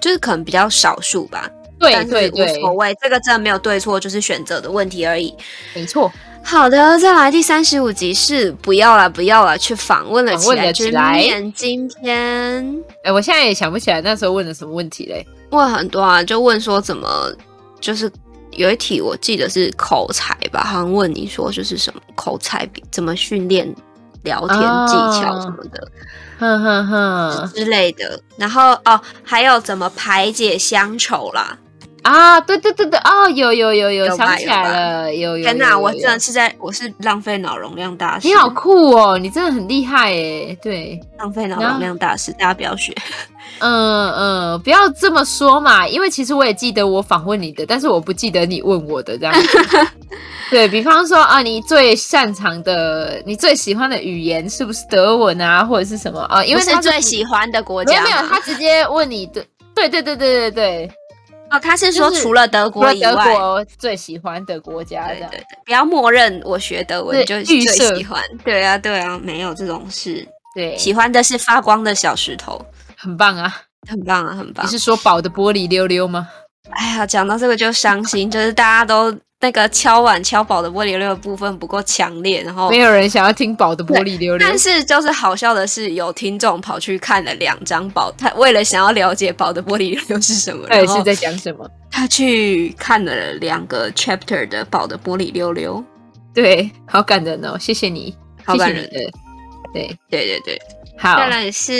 Speaker 1: 就是可能比较少数吧，
Speaker 2: 对
Speaker 1: 但
Speaker 2: 对
Speaker 1: 是无
Speaker 2: 对，
Speaker 1: 所谓，这个真的没有对错，就是选择的问题而已。
Speaker 2: 没错，
Speaker 1: 好的，再来第三十五集是不要了，不要了，去访问了
Speaker 2: 访
Speaker 1: 起
Speaker 2: 问
Speaker 1: 来，
Speaker 2: 了
Speaker 1: 就
Speaker 2: 起
Speaker 1: 是
Speaker 2: 来
Speaker 1: 面今天。
Speaker 2: 哎，我现在也想不起来那时候问了什么问题嘞。
Speaker 1: 问很多啊，就问说怎么，就是有一题我记得是口才吧，好像问你说就是什么口才比怎么训练聊天技
Speaker 2: 啊
Speaker 1: 巧什么的、
Speaker 2: 哼哼哼，
Speaker 1: 之类的，然后哦，还有怎么排解乡愁啦，
Speaker 2: 啊，对对对对，哦，有有有有，
Speaker 1: 有吧
Speaker 2: 想起来了，有有。
Speaker 1: 天
Speaker 2: 哪，
Speaker 1: 哪，我真的
Speaker 2: 有
Speaker 1: 是在我是浪费脑容量大师，
Speaker 2: 你好酷哦，你真的很厉害哎，对，
Speaker 1: 浪费脑
Speaker 2: 然后
Speaker 1: 容量大师，大家不要学。
Speaker 2: 嗯嗯，不要这么说嘛，因为其实我也记得我访问你的，但是我不记得你问我的这样
Speaker 1: [LAUGHS]
Speaker 2: 子。对比方说啊，你最擅长的、你最喜欢的语言是不是德文啊，或者是什么啊？因为
Speaker 1: 不
Speaker 2: 他
Speaker 1: 是最喜欢的国
Speaker 2: 没有
Speaker 1: 家
Speaker 2: 没有，
Speaker 1: 吗，
Speaker 2: 他直接问你对对对对对对对，
Speaker 1: 哦，他是说
Speaker 2: 就是
Speaker 1: 除了德
Speaker 2: 除
Speaker 1: 国
Speaker 2: 了
Speaker 1: 以
Speaker 2: 德
Speaker 1: 外，
Speaker 2: 国最喜欢的国家
Speaker 1: 对对
Speaker 2: 这样。
Speaker 1: 对，不要默认我学德文
Speaker 2: 对
Speaker 1: 就是
Speaker 2: 预
Speaker 1: 最
Speaker 2: 设
Speaker 1: 喜欢。对啊对啊，没有这种事，
Speaker 2: 对，
Speaker 1: 喜欢的是发光的小石头，
Speaker 2: 很棒啊！
Speaker 1: 很棒啊，很棒
Speaker 2: 你。是说宝的玻璃溜溜吗？
Speaker 1: 哎呀，讲到这个就伤心，就是大家都那个敲碗敲宝的玻璃六的部分不够强烈，然后
Speaker 2: 没。有人想要听宝的玻璃溜溜。
Speaker 1: 但哦是就是好笑的是，有听众跑去看了两张宝，他为了想要了解宝的玻璃六是什么，
Speaker 2: 到底
Speaker 1: 然
Speaker 2: 是
Speaker 1: 后
Speaker 2: 在讲什么？
Speaker 1: 他去看了两个 chapter 的宝的玻璃溜溜，
Speaker 2: 对，好感人哦，谢谢你，
Speaker 1: 好感人
Speaker 2: 谢谢你的。对，
Speaker 1: 对对对，
Speaker 2: 好，
Speaker 1: 再来是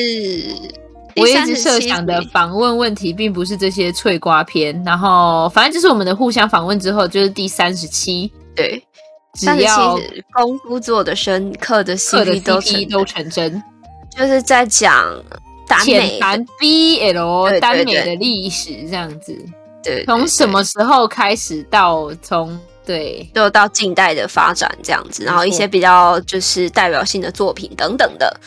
Speaker 2: 我
Speaker 1: 第
Speaker 2: 一
Speaker 1: 三
Speaker 2: 直
Speaker 1: 十
Speaker 2: 设
Speaker 1: 七
Speaker 2: 想的
Speaker 1: 集
Speaker 2: 访问问题，并不是这些脆瓜篇，然后反正就是我们的互相访问之后，就是第三十期，
Speaker 1: 对，
Speaker 2: 只
Speaker 1: 三十
Speaker 2: 要
Speaker 1: 七集功夫做的深刻的
Speaker 2: 课的
Speaker 1: CP 都成
Speaker 2: CP 都成真，
Speaker 1: 就是在讲耽美的，
Speaker 2: 浅谈 BL
Speaker 1: 对对
Speaker 2: 耽美
Speaker 1: 对
Speaker 2: 的历史这样子，
Speaker 1: 对对
Speaker 2: 从什
Speaker 1: 对
Speaker 2: 么时候开始到从对
Speaker 1: 就到近代的发展这样子，然后一些比较就是代表性的作品等等的。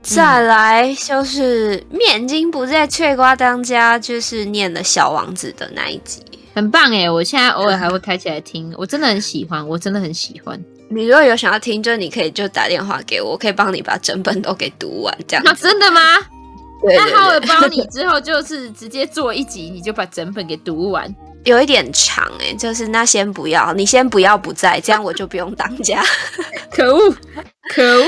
Speaker 1: 再
Speaker 2: 嗯
Speaker 1: 来就是面筋不在翠瓜当家，就是念了《小王子》的那一集。
Speaker 2: 很棒哎！我现在偶尔还会开起来 [LAUGHS] 听，我真的很喜欢，我真的很喜 [LAUGHS] 欢。
Speaker 1: 你如果有想要听，就你可以就打电话给我，我可以帮你把整本都给读完这样
Speaker 2: 啊，
Speaker 1: 子。
Speaker 2: 真的吗？
Speaker 1: 对对
Speaker 2: 那好，我
Speaker 1: 对，
Speaker 2: 帮你之后就是直接做一集，你就把整本给读完。
Speaker 1: 有一点长哎、就是那先不要，你先不要不在，这样我就不用当家。
Speaker 2: [LAUGHS] 可恶，可恶！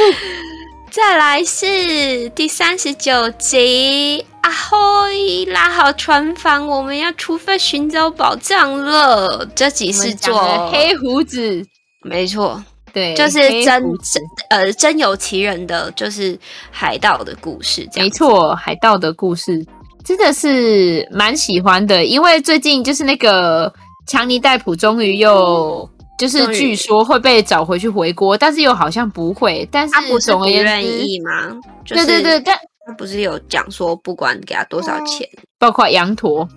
Speaker 1: 再来是第三十九集，啊嘿，拉好船帆，我们要出发寻找宝藏了。这集是
Speaker 2: 我们
Speaker 1: 做
Speaker 2: 讲的，黑胡子，
Speaker 1: 没错，
Speaker 2: 对，
Speaker 1: 就是
Speaker 2: 黑
Speaker 1: 真
Speaker 2: 胡子
Speaker 1: 真呃真有其人的，就是海盗的故事，这样
Speaker 2: 没错，海盗的故事真的是蛮喜欢的，因为最近就是那个强尼戴普终于又。就是
Speaker 1: 终于
Speaker 2: 据说会被找回去回国，但是又好像不会。但是
Speaker 1: 他不是
Speaker 2: 总
Speaker 1: 不
Speaker 2: 而言
Speaker 1: 愿
Speaker 2: 之，
Speaker 1: 意吗？就是
Speaker 2: 对对对，，但
Speaker 1: 他不是有讲说不管给他多少钱？
Speaker 2: 包括
Speaker 1: [LAUGHS]
Speaker 2: 羊驼，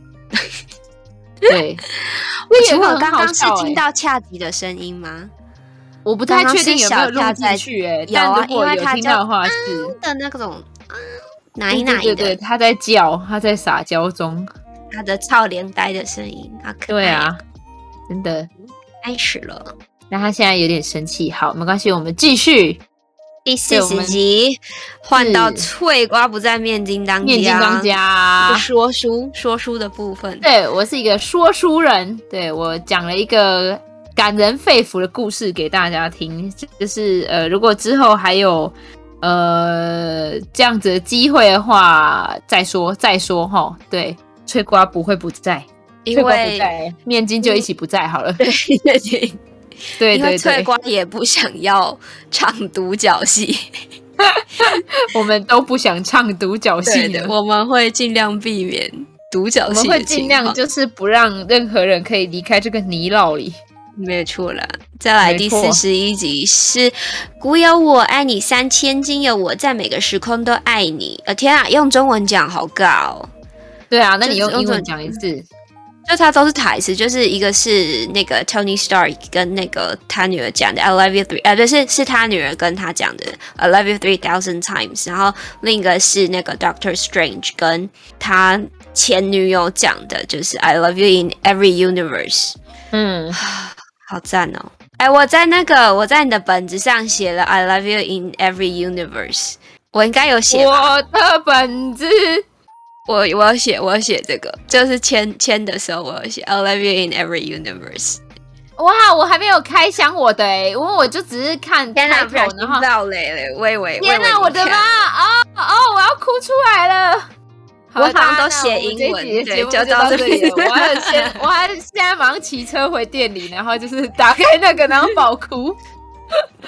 Speaker 2: 对，
Speaker 1: 我
Speaker 2: 也
Speaker 1: 请
Speaker 2: 会
Speaker 1: 问
Speaker 2: 很
Speaker 1: 刚
Speaker 2: 好
Speaker 1: 刚是
Speaker 2: 笑
Speaker 1: 听
Speaker 2: 欸
Speaker 1: 到恰吉的声音吗？
Speaker 2: 我不太
Speaker 1: 刚刚
Speaker 2: 确定
Speaker 1: 是
Speaker 2: 有没有
Speaker 1: 小
Speaker 2: 录
Speaker 1: 夏
Speaker 2: 进
Speaker 1: 在
Speaker 2: 去、欸，
Speaker 1: 有啊
Speaker 2: 但如果
Speaker 1: 因为
Speaker 2: 有
Speaker 1: 他
Speaker 2: 听
Speaker 1: 叫
Speaker 2: 到的话是。
Speaker 1: 的那种啊，奶
Speaker 2: 对
Speaker 1: 奶的
Speaker 2: 对对对，他在叫，他在撒娇中。
Speaker 1: 他的超连呆的声音，啊，可
Speaker 2: 对
Speaker 1: 爱，
Speaker 2: 啊，真的。
Speaker 1: 爱死了。
Speaker 2: 那他现在有点生气，好，没关系，我们继续。
Speaker 1: 第四
Speaker 2: 对我
Speaker 1: 十
Speaker 2: 们
Speaker 1: 集换到
Speaker 2: 是
Speaker 1: 翠瓜不在面筋当
Speaker 2: 嗯面筋当
Speaker 1: 就 [LAUGHS]
Speaker 2: 家，
Speaker 1: 说书说书的部分，
Speaker 2: 对我是一个说书人，对我讲了一个感人肺腑的故事给大家听，就是呃，如果之后还有呃这样子的机会的话，再说再说哈。对，翠瓜不会不在，
Speaker 1: 因
Speaker 2: 翠瓜不
Speaker 1: 为嗯
Speaker 2: 在，面筋就一起不在好了。 [LAUGHS] 对
Speaker 1: [LAUGHS]
Speaker 2: 对
Speaker 1: 因为
Speaker 2: 对
Speaker 1: 翠
Speaker 2: 对，
Speaker 1: 瓜也不想要唱独角戏，
Speaker 2: 我们都不想唱独角戏
Speaker 1: 对
Speaker 2: 的
Speaker 1: 的，。我们会尽量避免独角
Speaker 2: 我们
Speaker 1: 戏
Speaker 2: 会
Speaker 1: 的
Speaker 2: 尽
Speaker 1: 情
Speaker 2: 量
Speaker 1: 况，
Speaker 2: 就是不让任何人可以离开这个泥淖里。
Speaker 1: 没错啦。再来
Speaker 2: 没
Speaker 1: 第
Speaker 2: 错
Speaker 1: 四十一集是“古有我爱你三千，今有我在每个时空都爱你”。呃，天啊，用中文讲好尬哦。
Speaker 2: 对啊，那你
Speaker 1: 就
Speaker 2: 用
Speaker 1: 是
Speaker 2: 英
Speaker 1: 用
Speaker 2: 文
Speaker 1: 这
Speaker 2: 讲一次。
Speaker 1: 就它都是台词，就是一个是那个 Tony Stark 跟那个他女儿讲的 "I love you three"，呃，不是，是他女儿跟他讲的 "I love you three thousand times"，然后另一个是那个 Doctor Strange 跟他前女友讲的，就是 "I love you in every universe"，
Speaker 2: 嗯，
Speaker 1: 好赞哦！哎，我在那个我在你的本子上写了 "I love you in every universe"，我应该有写吧？
Speaker 2: 我的本子
Speaker 1: 我我有写，我有写这个，就是签签的时候我有写 "I love you in every universe"。
Speaker 2: 哇，我还没有开箱我的哎、因为我就只是看
Speaker 1: 天哪，
Speaker 2: 开
Speaker 1: 不小
Speaker 2: 头，
Speaker 1: 心
Speaker 2: 然后
Speaker 1: 爆雷了，我以为
Speaker 2: 天哪，我的妈！！哦哦，我要哭出来了。
Speaker 1: 我好像
Speaker 2: 啦
Speaker 1: 都写
Speaker 2: 那我们这
Speaker 1: 英文
Speaker 2: 一集的
Speaker 1: 对
Speaker 2: 节目
Speaker 1: 就
Speaker 2: 就
Speaker 1: 到
Speaker 2: 到
Speaker 1: 这
Speaker 2: 这里
Speaker 1: 里
Speaker 2: 了。我还
Speaker 1: [LAUGHS]
Speaker 2: 先，我还现在马上骑车回店里，然后就是打开那个，然后爆哭。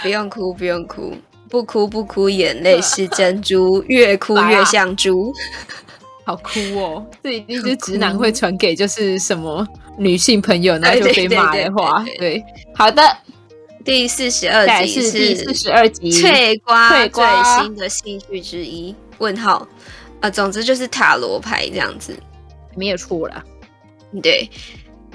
Speaker 1: 不用哭，啊不用哭，不哭不哭，眼泪是珍珠，越哭越像猪。
Speaker 2: 好哭哦！这一定是直男会传给就是什么女性朋友，然后就被骂的话。
Speaker 1: 对
Speaker 2: 对，好的，
Speaker 1: 第四十二
Speaker 2: 再来
Speaker 1: 集
Speaker 2: 是第四十二集。
Speaker 1: 翠瓜
Speaker 2: 翠
Speaker 1: 最
Speaker 2: 瓜
Speaker 1: 新的兴趣之一？问号。呃，总之就是塔罗牌这样子，
Speaker 2: 没有错了。
Speaker 1: 对，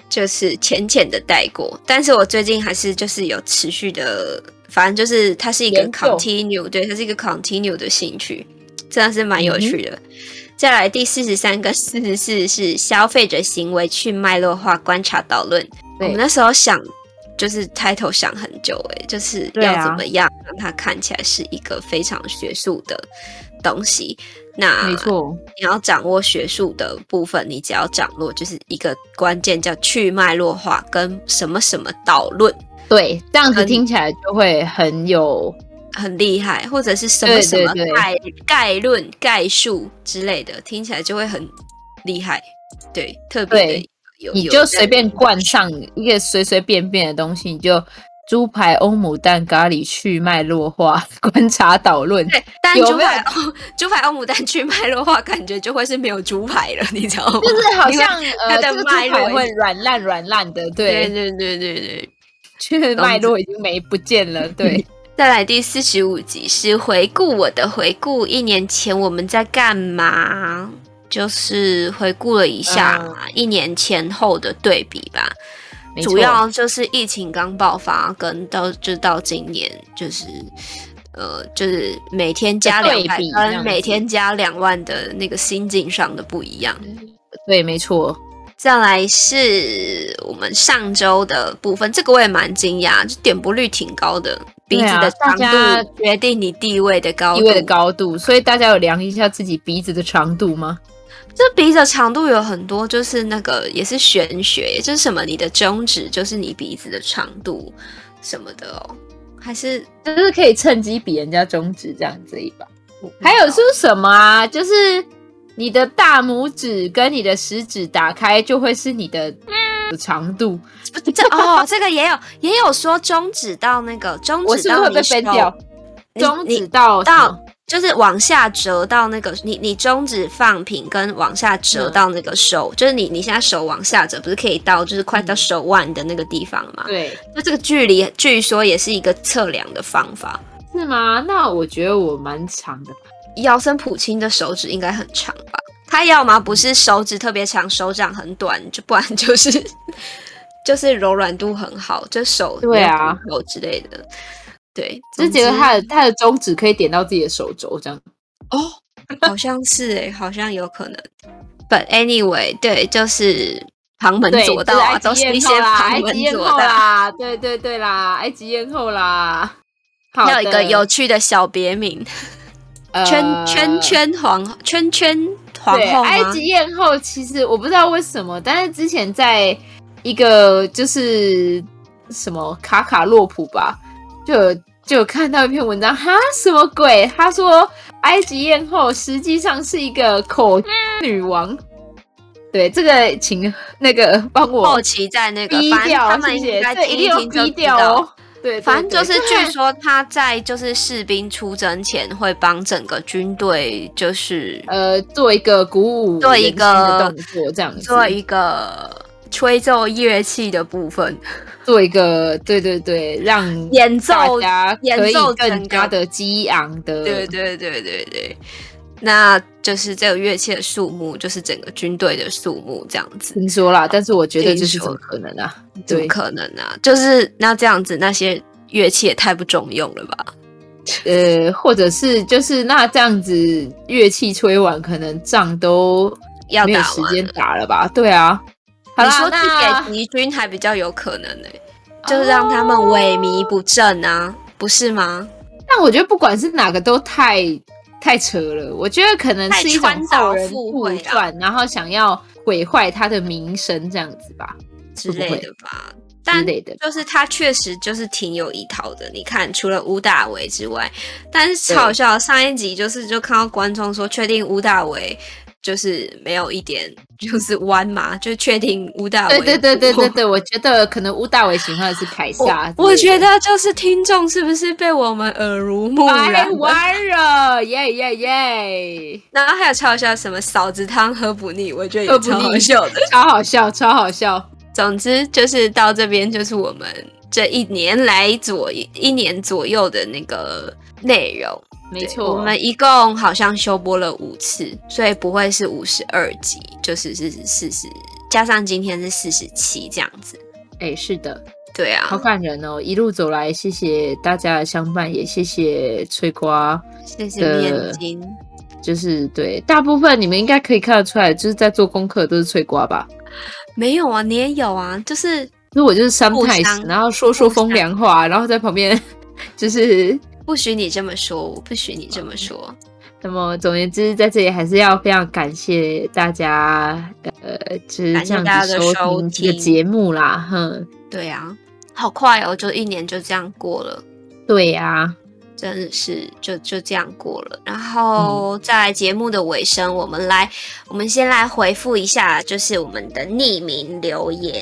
Speaker 1: 就是浅浅的带过。但是我最近还是就是有持续的，反正就是它是一个
Speaker 2: 研究
Speaker 1: continue，对，它是一个 continue 的兴趣，真的是蛮
Speaker 2: 嗯
Speaker 1: 有趣的。再来第四十三跟四十四是消费者行为去脉络化观察导论。我
Speaker 2: 对
Speaker 1: 们那时候想，就是 title 想很久、欸，哎，就是
Speaker 2: 对
Speaker 1: 要
Speaker 2: 啊
Speaker 1: 怎么样让它看起来是一个非常学术的东西。那
Speaker 2: 没错，
Speaker 1: 你要掌握学术的部分，你只要掌握就是一个关键叫去脉络化跟什么什么导论，
Speaker 2: 对，这样子
Speaker 1: 跟
Speaker 2: 听起来就会很有
Speaker 1: 很厉害，或者是什么
Speaker 2: 对
Speaker 1: 什么
Speaker 2: 对对
Speaker 1: 概概论、概述之类的，听起来就会很厉害。对，特别的
Speaker 2: 对
Speaker 1: 有，
Speaker 2: 你
Speaker 1: 有
Speaker 2: 就
Speaker 1: 人
Speaker 2: 随便冠上一个随随便便的东西，你就猪排、欧姆蛋、咖喱去脉络化、 [LAUGHS] 观察导论。
Speaker 1: 对，但
Speaker 2: 有
Speaker 1: 猪
Speaker 2: 没有
Speaker 1: 排欧猪排欧姆蛋去脉络化，感觉就会是没有猪排了，你知道吗？
Speaker 2: 就是好
Speaker 1: 因为
Speaker 2: 像呃，
Speaker 1: 它的
Speaker 2: 这个猪
Speaker 1: 脉络
Speaker 2: 排
Speaker 1: 已
Speaker 2: 会
Speaker 1: 经
Speaker 2: 软烂软烂的，
Speaker 1: 对
Speaker 2: 对，
Speaker 1: 对对对对。
Speaker 2: 就是脉络已经没不见了， [LAUGHS] 对，
Speaker 1: 再来第四十五集是回顾我的回顾，一年前我们在干嘛？就是回顾了一下、一年前后的对比吧，
Speaker 2: 嗯没错
Speaker 1: 主要就是疫情刚爆发，跟到就到今年，就是呃，就是每天加
Speaker 2: 的
Speaker 1: 两
Speaker 2: 对
Speaker 1: 百
Speaker 2: 比，这样
Speaker 1: 跟
Speaker 2: 子
Speaker 1: 每天加两万的那个心境上的不一样。
Speaker 2: 对，没错，
Speaker 1: 再来是我们上周的部分，这个我也蛮惊讶，就点播率挺高的，鼻
Speaker 2: 对
Speaker 1: 子
Speaker 2: 啊
Speaker 1: 的长
Speaker 2: 大家
Speaker 1: 度决定你地位的高
Speaker 2: 地
Speaker 1: 度。
Speaker 2: 位的高度，所以大家有量一下自己鼻子的长度吗？
Speaker 1: 这鼻子的长度有很多，就是那个也是玄学，就是什么你的中指就是你鼻子的长度什么的哦，还是
Speaker 2: 就是可以趁机比人家中指这样子一把。还有是什么啊？就是你的大拇指跟你的食指打开，就会是你的的长度。
Speaker 1: 这哦，这个也有也有说中指到那个中
Speaker 2: 我
Speaker 1: 指
Speaker 2: 是不
Speaker 1: 到
Speaker 2: 是会
Speaker 1: 你
Speaker 2: 被
Speaker 1: 手
Speaker 2: 分掉？
Speaker 1: 你
Speaker 2: 中
Speaker 1: 你
Speaker 2: 指到
Speaker 1: 到
Speaker 2: 什么
Speaker 1: 就是往下折到那个你你中指放平跟往下折
Speaker 2: 嗯
Speaker 1: 到那个手，就是你你现在手往下折，不是可以到就是快到
Speaker 2: 嗯
Speaker 1: 手腕的那个地方吗？
Speaker 2: 对
Speaker 1: 那这个距离据说也是一个测量的方法。
Speaker 2: 是吗？那我觉得我蛮长的吧。
Speaker 1: 姚森普钦的手指应该很长吧？他要么不是手指特别长，手掌很短，就不然就是 [LAUGHS] 就是柔软度很好，就手
Speaker 2: 对啊
Speaker 1: 没有骨头之类的。对，
Speaker 2: 就觉得
Speaker 1: 总之
Speaker 2: 他的他的中指可以点到自己的手肘这样。
Speaker 1: 哦，好像是
Speaker 2: 欸
Speaker 1: 哎、好像有可能。But anyway，对，就是旁门
Speaker 2: 对，
Speaker 1: 左
Speaker 2: 就
Speaker 1: 道啊，都
Speaker 2: 埃及
Speaker 1: 是
Speaker 2: 艳
Speaker 1: 一些
Speaker 2: 后啦，
Speaker 1: 旁
Speaker 2: 埃
Speaker 1: 门
Speaker 2: 及艳
Speaker 1: 左
Speaker 2: 后
Speaker 1: 道。
Speaker 2: 啦，对对对啦，埃及艳后啦。好
Speaker 1: 还有一个
Speaker 2: 的
Speaker 1: 有趣的小别名，圈
Speaker 2: 呃
Speaker 1: 圈圈皇圈圈皇
Speaker 2: 对，
Speaker 1: 后
Speaker 2: 埃
Speaker 1: 吗？
Speaker 2: 及艳后其实我不知道为什么，但是之前在一个就是什么卡卡洛普吧，就有就有看到一篇文章，哈，什么鬼？他说埃及艳后实际上是一个口女王。对，这个请那个帮我
Speaker 1: 后期在那个，
Speaker 2: 逼
Speaker 1: 反正他
Speaker 2: 掉，
Speaker 1: 们
Speaker 2: 谢
Speaker 1: 应
Speaker 2: 谢，
Speaker 1: 该
Speaker 2: 这
Speaker 1: 听
Speaker 2: 一定
Speaker 1: 一
Speaker 2: 要
Speaker 1: 听就
Speaker 2: 逼
Speaker 1: 知
Speaker 2: 掉
Speaker 1: 道
Speaker 2: 哦。。对，对
Speaker 1: 反正就是，
Speaker 2: 对
Speaker 1: 据说他在就是士兵出征前会帮整个军队，就是
Speaker 2: 呃，做一个鼓舞
Speaker 1: 做一
Speaker 2: 人心
Speaker 1: 个
Speaker 2: 的动作，这样子，
Speaker 1: 做一个吹奏乐器的部分，
Speaker 2: 做一个，对对对，让
Speaker 1: 演奏
Speaker 2: 大家
Speaker 1: 演
Speaker 2: 可以
Speaker 1: 奏整
Speaker 2: 更加
Speaker 1: 个
Speaker 2: 的激昂的，
Speaker 1: 对对对对对，那就是这个乐器的数目，就是整个军队的数目这样子。
Speaker 2: 听说啦，但是我觉得这是
Speaker 1: 听
Speaker 2: 怎
Speaker 1: 说
Speaker 2: 么可能啊？
Speaker 1: 怎么
Speaker 2: 对，
Speaker 1: 可能啊？就是那这样子，那些乐器也太不中用了吧？
Speaker 2: 呃，或者是就是那这样子，乐器吹完，可能仗都
Speaker 1: 要
Speaker 2: 没有
Speaker 1: 打
Speaker 2: 时
Speaker 1: 完，
Speaker 2: 间打了吧？对啊，好
Speaker 1: 你
Speaker 2: 啦，
Speaker 1: 说
Speaker 2: 那
Speaker 1: 去给敌军还比较有可能呢、就是让他
Speaker 2: 啊
Speaker 1: 们萎靡不振啊，不是吗？
Speaker 2: 但我觉得不管是哪个都太太扯了，我觉得可能是一种后人
Speaker 1: 太穿凿
Speaker 2: 杜
Speaker 1: 附会啊
Speaker 2: 撰，然后想要毁坏他的名声这样子吧
Speaker 1: 之类的吧。
Speaker 2: 之
Speaker 1: 但
Speaker 2: 类的。
Speaker 1: 就是他确实就是挺有一套的，你看，除了吴大维之外，但是超好笑。上一集就是就看到观众说，确定吴大维就是没有一点就是弯嘛，就确定吴大
Speaker 2: 对
Speaker 1: 维。
Speaker 2: 对对对对对，我觉得可能乌大伟喜欢的是凯撒
Speaker 1: 我。我觉
Speaker 2: 得
Speaker 1: 得就是听众是不是被我们耳濡目
Speaker 2: 太
Speaker 1: 染？
Speaker 2: 弯哎了，耶耶耶，
Speaker 1: 然后还有抄一下什么嫂子汤喝不腻，我觉得
Speaker 2: 喝
Speaker 1: 也
Speaker 2: 不
Speaker 1: 超好
Speaker 2: 腻
Speaker 1: 笑的。
Speaker 2: 超好笑，超好笑。
Speaker 1: 总之就是到这边就是我们这一年来左一年左右的那个内容。
Speaker 2: 没
Speaker 1: 对
Speaker 2: 错，
Speaker 1: 我们一共好像修播了五次，所以不会是五十二集，就是是四十加上今天是四十七这样子。
Speaker 2: 哎、是的，
Speaker 1: 对
Speaker 2: 好
Speaker 1: 啊，
Speaker 2: 感人哦！一路走来，谢谢大家的相伴，也谢谢翠瓜。
Speaker 1: 谢谢
Speaker 2: 呃
Speaker 1: 面筋。
Speaker 2: 就是对，大部分你们应该可以看得出来，就是在做功课都是翠瓜吧？
Speaker 1: 没有啊，你也有啊，就是
Speaker 2: 因为我就是
Speaker 1: 互相
Speaker 2: sometimes，然后说说风凉话，然后在旁边 [LAUGHS] 就是
Speaker 1: 不许你这么说，我不许你这么说。
Speaker 2: 那么，总而言之，在这里还是要非常感谢大家，呃，就是
Speaker 1: 感谢
Speaker 2: 这样
Speaker 1: 大家
Speaker 2: 子
Speaker 1: 的收
Speaker 2: 听这个
Speaker 1: 听
Speaker 2: 节目啦，哼，
Speaker 1: 对啊，好快哦，就一年就这样过了。
Speaker 2: 对呀、
Speaker 1: 真的是就就这样过了。然后在节目的尾声，我们来，我们先来回复一下，就是我们的匿名留言。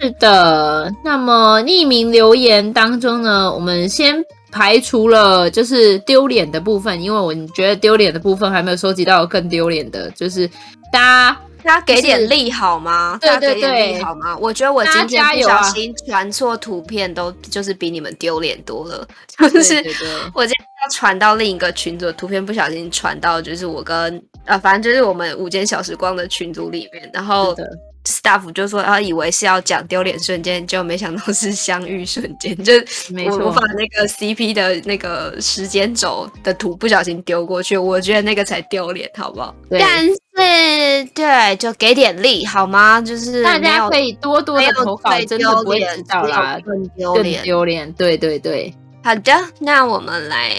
Speaker 2: 是的，那么匿名留言当中呢，我们先排除了就是丢脸的部分，因为我觉得丢脸的部分还没有收集到更丢脸的，就是大家
Speaker 1: 大家给
Speaker 2: 就
Speaker 1: 点
Speaker 2: 是
Speaker 1: 力好吗？
Speaker 2: 对
Speaker 1: 大家给
Speaker 2: 对
Speaker 1: 点力
Speaker 2: 对
Speaker 1: 好吗？我觉得我
Speaker 2: 大家
Speaker 1: 今天
Speaker 2: 加
Speaker 1: 不
Speaker 2: 油
Speaker 1: 小
Speaker 2: 啊
Speaker 1: 心传错图片，都就是比你们丢脸多了。
Speaker 2: [LAUGHS]
Speaker 1: [LAUGHS] 就是
Speaker 2: 对对对
Speaker 1: 我今天要传到另一个群组的图片，不小心传到就是我跟啊，反正就是我们午间小时光的群组里面，然后
Speaker 2: 是的
Speaker 1: staff 就说啊，以为是要讲丢脸瞬间，就没想到是相遇瞬间， [LAUGHS] 就是
Speaker 2: 没
Speaker 1: 我我
Speaker 2: 错
Speaker 1: 把那个 CP 的那个时间轴的图不小心丢过去，我觉得那个才丢脸，好不好？
Speaker 2: 对
Speaker 1: 但是对，就给点力好吗？就是
Speaker 2: 大
Speaker 1: 没
Speaker 2: 家
Speaker 1: 有
Speaker 2: 可以多多
Speaker 1: 没
Speaker 2: 的
Speaker 1: 有
Speaker 2: 投稿，
Speaker 1: 最
Speaker 2: 真的
Speaker 1: 丢
Speaker 2: 不会
Speaker 1: 脸
Speaker 2: 知道
Speaker 1: 只有
Speaker 2: 啦，
Speaker 1: 更丢
Speaker 2: 更
Speaker 1: 脸。
Speaker 2: 丢脸，对对对，
Speaker 1: 好的，那我们来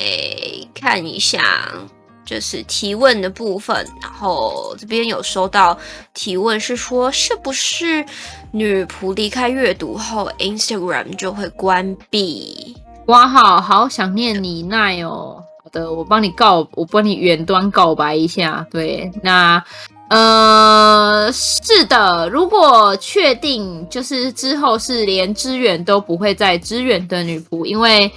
Speaker 1: 看一下，就是提问的部分。然后这边有收到提问，是说是不是女仆离开阅读后，Instagram 就会关闭？
Speaker 2: 哇好好想念你奈哦。好的，我帮你告，我帮你远端告白一下。对，那呃，是的，如果确定就是之后是连支援都不会再支援的女仆，因为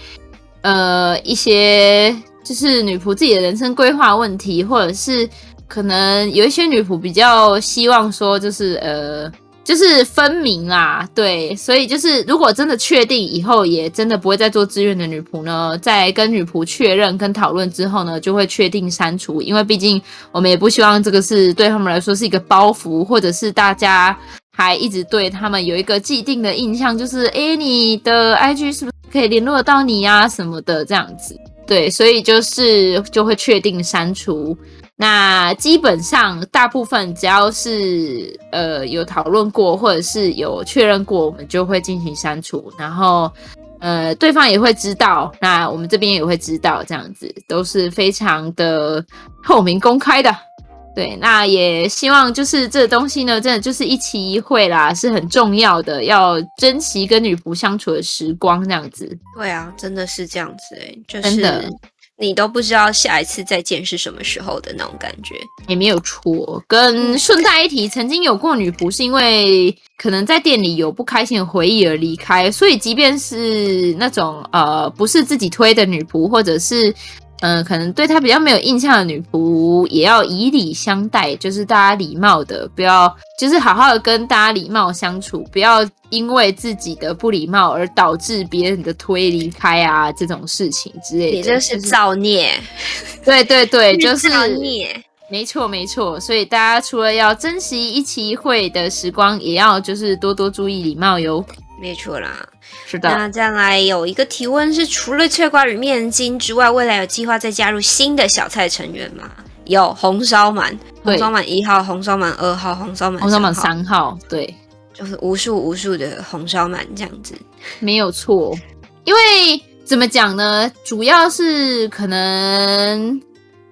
Speaker 2: 呃一些就是女仆自己的人生规划问题，或者是可能有一些女仆比较希望说就是呃。就是分明啦，对，所以就是如果真的确定以后也真的不会再做志愿的女仆呢，在跟女仆确认跟讨论之后呢，就会确定删除，因为毕竟我们也不希望这个是对他们来说是一个包袱，或者是大家还一直对他们有一个既定的印象，就是诶，你的 IG 是不是可以联络得到你啊什么的这样子，对，所以就是就会确定删除，那基本上大部分只要是呃有讨论过或者是有确认过，我们就会进行删除，然后呃对方也会知道，那我们这边也会知道，这样子都是非常的透明公开的。对，那也希望就是这东西呢，真的就是一期一会啦，是很重要的，要珍惜跟女仆相处的时光，这样子。
Speaker 1: 对啊，真的是这样子哎、就
Speaker 2: 真的
Speaker 1: 是你都不知道下一次再见是什么时候的那种感觉。
Speaker 2: 也没有错。
Speaker 1: 嗯
Speaker 2: 跟顺带一提，曾经有过女仆是因为可能在店里有不开心的回忆而离开，所以即便是那种呃不是自己推的女仆，或者是呃可能对她比较没有印象的女仆，也要以礼相待，就是大家礼貌的，不要就是好好的跟大家礼貌相处，不要因为自己的不礼貌而导致别人的推离开啊这种事情之类的。
Speaker 1: 你这是造孽，
Speaker 2: 对对对，
Speaker 1: 你
Speaker 2: 就是
Speaker 1: 造孽。
Speaker 2: 没错，没错。所以大家除了要珍惜一期一会的时光，也要就是多多注意礼貌哟。
Speaker 1: 没错啦，
Speaker 2: 是的，
Speaker 1: 那再来有一个提问是，除了翠瓜与面筋之外，未来有计划再加入新的小菜成员吗？有红烧鳗，红
Speaker 2: 对
Speaker 1: 烧鳗一号，红烧鳗二号，红烧鳗
Speaker 2: 红烧满
Speaker 1: 号，
Speaker 2: 三号，对，
Speaker 1: 就是无数无数的红烧鳗这样子。
Speaker 2: 没有错。因为怎么讲呢？主要是可能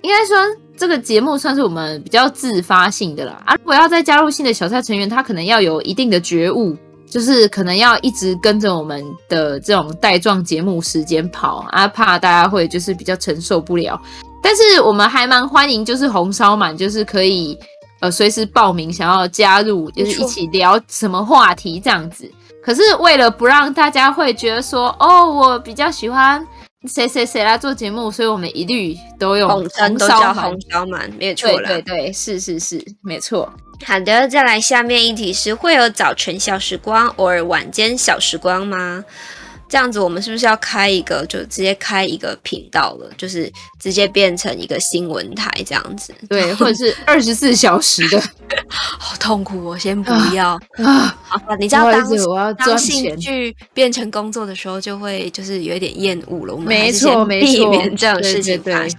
Speaker 2: 应该说这个节目算是我们比较自发性的啦。啊，如果要再加入新的小菜成员，他可能要有一定的觉悟，就是可能要一直跟着我们的这种带状节目时间跑啊，怕大家会就是比较承受不了。但是我们还蛮欢迎，就是红烧满，就是可以呃随时报名，想要加入，就是一起聊什么话题这样子。可是为了不让大家会觉得说，哦，我比较喜欢谁谁谁来做节目，所以我们一律都用
Speaker 1: 红灯都
Speaker 2: 哦烧
Speaker 1: 叫
Speaker 2: 满
Speaker 1: 红。烧鳗，没有错
Speaker 2: 对
Speaker 1: 啦。
Speaker 2: 对对，是是是，没错。
Speaker 1: 好的，再来下面一题是会有早晨小时光，偶尔晚间小时光吗？这样子我们是不是要开一个，就直接开一个频道了，就是直接变成一个新闻台这样子？ [LAUGHS]
Speaker 2: 对，或者是二十四小时的
Speaker 1: 好痛苦哦，我先不要。
Speaker 2: 啊，
Speaker 1: [LAUGHS] 好吧，你知
Speaker 2: 不
Speaker 1: 道
Speaker 2: 好意
Speaker 1: 当
Speaker 2: 思，我要
Speaker 1: 当
Speaker 2: 赚
Speaker 1: 兴
Speaker 2: 钱。
Speaker 1: 趣变成工作的时候，就会就是有一点厌恶了。我们
Speaker 2: 没
Speaker 1: 还是
Speaker 2: 错
Speaker 1: 先
Speaker 2: 没
Speaker 1: 避
Speaker 2: 错
Speaker 1: 免这种
Speaker 2: 对
Speaker 1: 事
Speaker 2: 对
Speaker 1: 情发
Speaker 2: 对
Speaker 1: 生。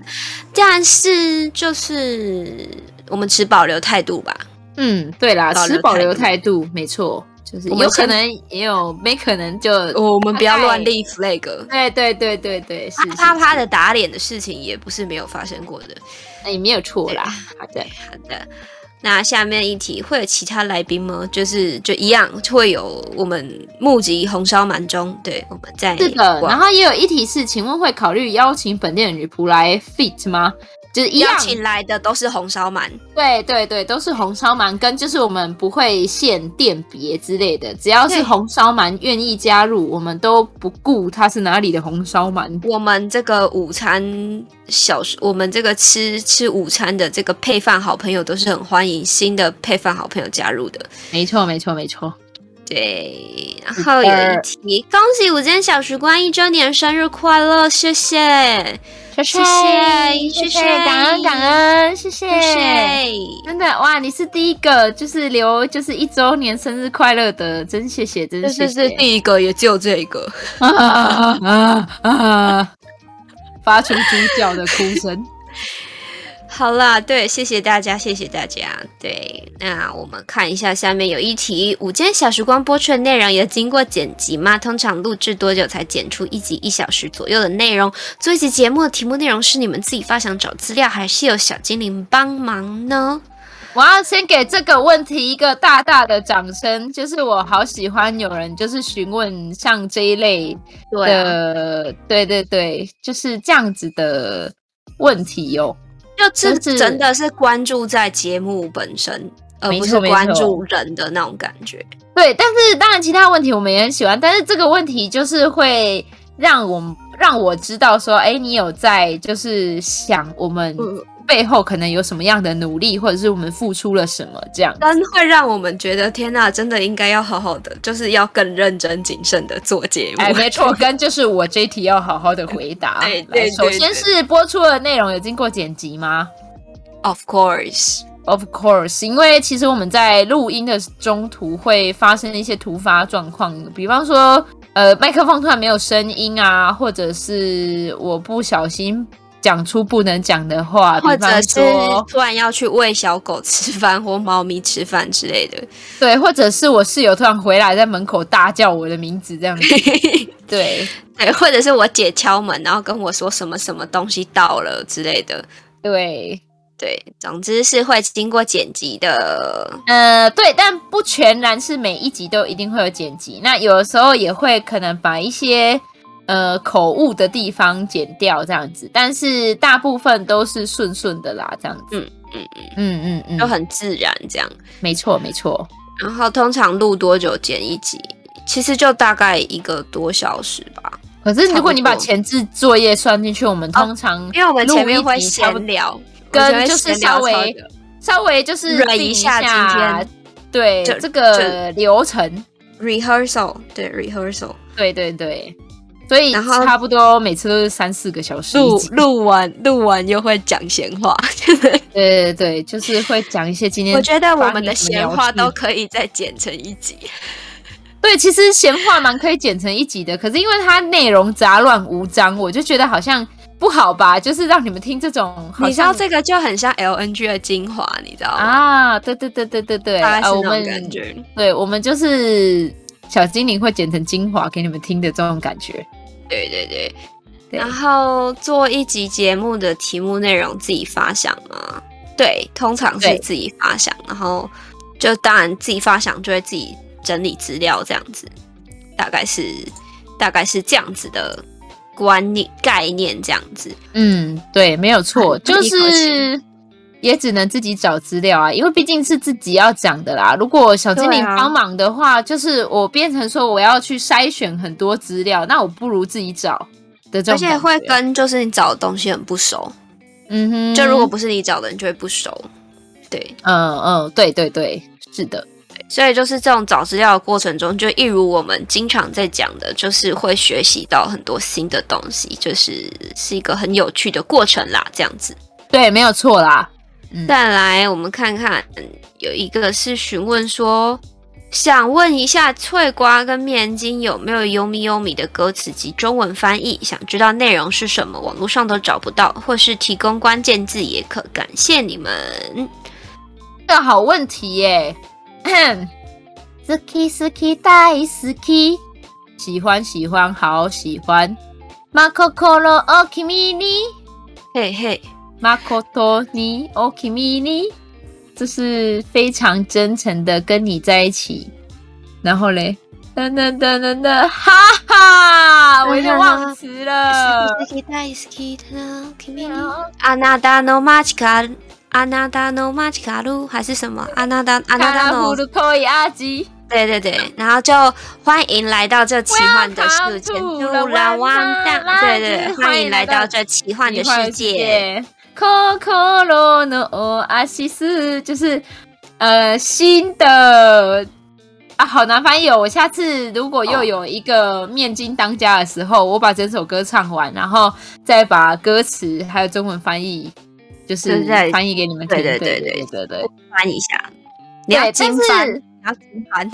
Speaker 1: 但是就是我们持保留态度吧。
Speaker 2: 嗯，对啦，
Speaker 1: 保留
Speaker 2: 持保留
Speaker 1: 态
Speaker 2: 态度，没错，就是
Speaker 1: 我们
Speaker 2: 有可
Speaker 1: 先
Speaker 2: 能也有，没可能就，
Speaker 1: 哦我们不要乱
Speaker 2: 哎
Speaker 1: 立 flag。
Speaker 2: 对对对对对，是
Speaker 1: 啪
Speaker 2: 是
Speaker 1: 啪啪
Speaker 2: 是
Speaker 1: 的打脸的事情也不是没有发生过的。
Speaker 2: 哎，没有错啦。好的，
Speaker 1: 好的，那下面一题会有其他来宾吗？就是就一样会有我们募集红烧满中，对，我们在
Speaker 2: 是的。
Speaker 1: 哇
Speaker 2: 然后也有一题是，请问会考虑邀请本地的女仆来 fit 吗？就是一样
Speaker 1: 邀，请来的都是红烧满，
Speaker 2: 对对对，都是红烧鳗跟，就是我们不会限店别之类的，只要是
Speaker 1: 对
Speaker 2: 红烧鳗愿意加入，我们都不顾它是哪里的红烧鳗。
Speaker 1: 我们这个午餐小，我们这个吃吃午餐的这个配饭好朋友都是很欢迎新的配饭好朋友加入的。
Speaker 2: 没错，没错，没错。
Speaker 1: 对，然后有一题，恭喜午间小时光一周年生日快乐，谢谢。
Speaker 2: 谢
Speaker 1: 谢谢谢谢
Speaker 2: 感恩感恩，谢谢
Speaker 1: 谢谢，
Speaker 2: 真的哇，你是第一个就是留就是一周年生日快乐的，真谢谢，真
Speaker 1: 这
Speaker 2: 谢
Speaker 1: 是
Speaker 2: 谢
Speaker 1: 是。第一个，也只有这一个。
Speaker 2: 啊啊啊啊啊！ [LAUGHS] 发出猪叫的哭声。
Speaker 1: 好啦，对，谢谢大家，谢谢大家。对，那我们看一下下面有一题：午间小时光播出的内容有经过剪辑吗？通常录制多久才剪出一集一小时左右的内容？做一集节目的题目内容是你们自己发想找资料，还是有小精灵帮忙呢？
Speaker 2: 我要先给这个问题一个大大的掌声，就是我好喜欢有人就是询问像这一类
Speaker 1: 对啊、
Speaker 2: 的，对对对，就是这样子的问题哦哟、
Speaker 1: 就这
Speaker 2: 就是
Speaker 1: 真的是关注在节目本身，而
Speaker 2: 没
Speaker 1: 不
Speaker 2: 错
Speaker 1: 是
Speaker 2: 没
Speaker 1: 关
Speaker 2: 错
Speaker 1: 注人的那种感觉。
Speaker 2: 对，但是当然其他问题我们也很喜欢，但是这个问题就是会让我们让我知道说，哎，你有在就是想我们
Speaker 1: 嗯
Speaker 2: 背后可能有什么样的努力，或者是我们付出了什么这样。
Speaker 1: 真会让我们觉得天呐，真的应该要好好的，就是要更认真谨慎的做节目。
Speaker 2: [LAUGHS] 哎，没错，跟就是我这一题要好好的回答。
Speaker 1: 对
Speaker 2: 来
Speaker 1: 哎对
Speaker 2: 首
Speaker 1: 对
Speaker 2: 先
Speaker 1: 对
Speaker 2: 是播出的内容有经过剪辑吗
Speaker 1: Of course，
Speaker 2: ？Of course，因为其实我们在录音的中途会发生一些突发状况，比方说，呃，麦克风突然没有声音啊，或者是我不小心讲出不能讲的话，
Speaker 1: 或
Speaker 2: 比
Speaker 1: 者
Speaker 2: 方
Speaker 1: 是
Speaker 2: 说，
Speaker 1: 突然要去喂小狗吃饭或猫咪吃饭之类的。
Speaker 2: 对，或者是我室友突然回来在门口大叫我的名字这
Speaker 1: [LAUGHS]
Speaker 2: 样子，对，
Speaker 1: 对，或者是我姐敲门，然后跟我说什么什么东西到了之类的。
Speaker 2: 对，
Speaker 1: 对，总之是会经过剪辑的。
Speaker 2: 呃，对，但不全然是每一集都一定会有剪辑，那有的时候也会可能把一些呃口误的地方剪掉这样子，但是大部分都是顺顺的啦，这样子。
Speaker 1: 嗯嗯
Speaker 2: 嗯嗯
Speaker 1: 就
Speaker 2: 嗯，
Speaker 1: 很自然这样。
Speaker 2: 没错没错。
Speaker 1: 然后通常录多久剪一集？其实就大概一个多小时吧，
Speaker 2: 可是如果你把
Speaker 1: 差不多哦
Speaker 2: 前置作业算进去，我们通常、
Speaker 1: 因为我们前面会
Speaker 2: 录一集差不多
Speaker 1: 闲聊，
Speaker 2: 跟
Speaker 1: 我们前面
Speaker 2: 就是
Speaker 1: 闲聊
Speaker 2: 稍微
Speaker 1: 超久
Speaker 2: 稍微就是
Speaker 1: 忍
Speaker 2: 定
Speaker 1: 一下今天
Speaker 2: 对
Speaker 1: 就
Speaker 2: 这个流程，
Speaker 1: rehearsal，对 rehearsal，
Speaker 2: 对对对，所以
Speaker 1: 然后
Speaker 2: 差不多每次都是三四个小时一
Speaker 1: 录
Speaker 2: 集。 [LAUGHS]
Speaker 1: 录完录完又会讲闲 [LAUGHS] 话。
Speaker 2: 对对对，就是会讲一些今天
Speaker 1: 我觉得我们
Speaker 2: 发
Speaker 1: 的
Speaker 2: 生什么
Speaker 1: 闲
Speaker 2: 鸟
Speaker 1: 话
Speaker 2: 事
Speaker 1: 都可以再剪成一集。
Speaker 2: 对，其实闲话蛮可以剪成一集的，可是因为它内容杂乱无章，我就觉得好像不好吧，就是让你们听这种好
Speaker 1: 你知道
Speaker 2: 像
Speaker 1: 这个就很像 LNG 的精华，你知道吗？
Speaker 2: 啊，对对对对对对，
Speaker 1: 大概
Speaker 2: 啊，
Speaker 1: 是
Speaker 2: 我
Speaker 1: 那
Speaker 2: 们
Speaker 1: 种感觉。
Speaker 2: 对，我们就是小精灵会剪成精华给你们听的这种感觉。
Speaker 1: 对对对。
Speaker 2: 对
Speaker 1: 然后做一集节目的题目内容自己发想吗？对，通常是
Speaker 2: 对
Speaker 1: 自己发想，然后就当然自己发想就会自己整理资料这样子，大概是大概是这样子的观念概念这样子。
Speaker 2: 嗯，对，没有错，
Speaker 1: 那
Speaker 2: 就
Speaker 1: 你考勤
Speaker 2: 是也只能自己找资料啊，因为毕竟是自己要讲的啦。如果小精
Speaker 1: 对
Speaker 2: 灵
Speaker 1: 啊
Speaker 2: 帮忙的话，就是我变成说我要去筛选很多资料，那我不如自己找的这种
Speaker 1: 而
Speaker 2: 感觉，
Speaker 1: 且会跟就是你找的东西很不熟，
Speaker 2: 嗯哼，
Speaker 1: 就如果不是你找的，你就会不熟。对，
Speaker 2: 嗯嗯，对对对，是的，
Speaker 1: 所以就是这种找资料的过程中，就一如我们经常在讲的，就是会学习到很多新的东西，就是是一个很有趣的过程啦，这样子。
Speaker 2: 对，没有错啦。
Speaker 1: 再来，我们看看嗯有一个是询问说，想问一下翠瓜跟面筋有没有优米优米的歌词及中文翻译？想知道内容是什么，网络上都找不到，或是提供关键字也可。感谢你们。
Speaker 2: 这个好问题耶。 [CLEARS THROAT] 好き好き大好き，喜欢喜欢好喜欢。マココロお君に，
Speaker 1: 嘿嘿，
Speaker 2: マコトにお君に，oh, 这是非常真诚的跟你在一起。然后嘞，噔噔噔噔噔，哈哈，我有点忘词
Speaker 1: [LAUGHS] 啊
Speaker 2: 了。
Speaker 1: 阿纳达诺马奇卡，阿纳达诺马奇卡路还是什么？阿纳达阿纳达
Speaker 2: 卡
Speaker 1: 诺
Speaker 2: 布。鲁科伊阿基。
Speaker 1: 对对对，然后就欢迎来到这奇幻的世界，
Speaker 2: Welcome to
Speaker 1: 杜拉汪
Speaker 2: 拉
Speaker 1: 达，
Speaker 2: 拉
Speaker 1: 对对，
Speaker 2: 欢
Speaker 1: 欢
Speaker 2: 迎
Speaker 1: 迎
Speaker 2: 来
Speaker 1: 来
Speaker 2: 到
Speaker 1: 到这奇幻的世界。
Speaker 2: 界。Kokoro no oasis 就是呃新的啊，好难翻译哦。我下次如果又有一个面筋当家的时候，我把整首歌唱完，然后再把歌词还有中文翻译，就是
Speaker 1: 对对
Speaker 2: 翻译给你们听。
Speaker 1: 对对
Speaker 2: 对
Speaker 1: 对
Speaker 2: 对对对。
Speaker 1: 翻一下，你要
Speaker 2: 对
Speaker 1: 金
Speaker 2: 但
Speaker 1: 翻，
Speaker 2: 是
Speaker 1: 你要金翻。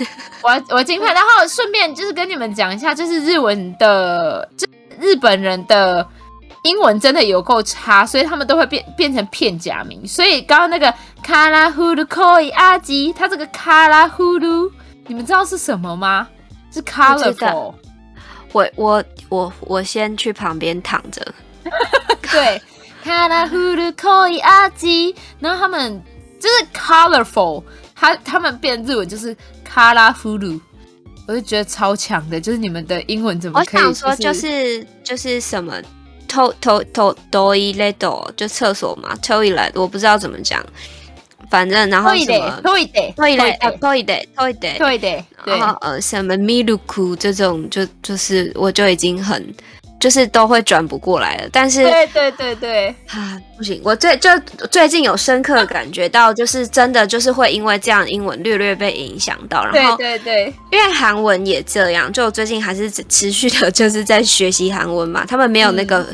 Speaker 2: 我我金牌，然后顺便就是跟你们讲一下，就是日文的，就是日本人的英文真的有够差，所以他们都会变变成片假名。所以刚刚那个卡拉呼噜可以阿吉，他这个卡拉呼噜，你们知道是什么吗？是
Speaker 1: 知道
Speaker 2: colorful，
Speaker 1: 我我我我先去旁边躺着。
Speaker 2: 对，卡拉呼噜可以阿吉，然后他们就是 colorful，他他们变日文就是卡拉呼噜。我就觉得超强的，就是你们的英文怎么
Speaker 1: 我
Speaker 2: 可以？
Speaker 1: 想说，就是就是什么。偷偷偷 toilet 就厕所嘛，toilet 我不知道怎么讲，反正然后
Speaker 2: 对
Speaker 1: 啊什
Speaker 2: 的，
Speaker 1: 么
Speaker 2: 对的，
Speaker 1: toilet toilet toilet
Speaker 2: 对的，对
Speaker 1: 然后呃，什么米露库这种，就就是我就已经很，就是都会转不过来了。哦但是
Speaker 2: 对对对对，
Speaker 1: 啊，不行，我最就最近有深刻感觉到，就是真的就是会因为这样英文略略被影响到，然
Speaker 2: 对
Speaker 1: 后
Speaker 2: 对对，
Speaker 1: 因为韩文也这样，就我最近还是持持续的 [LAUGHS] 就是在学习韩文嘛，他们没有那
Speaker 2: 嗯
Speaker 1: 个。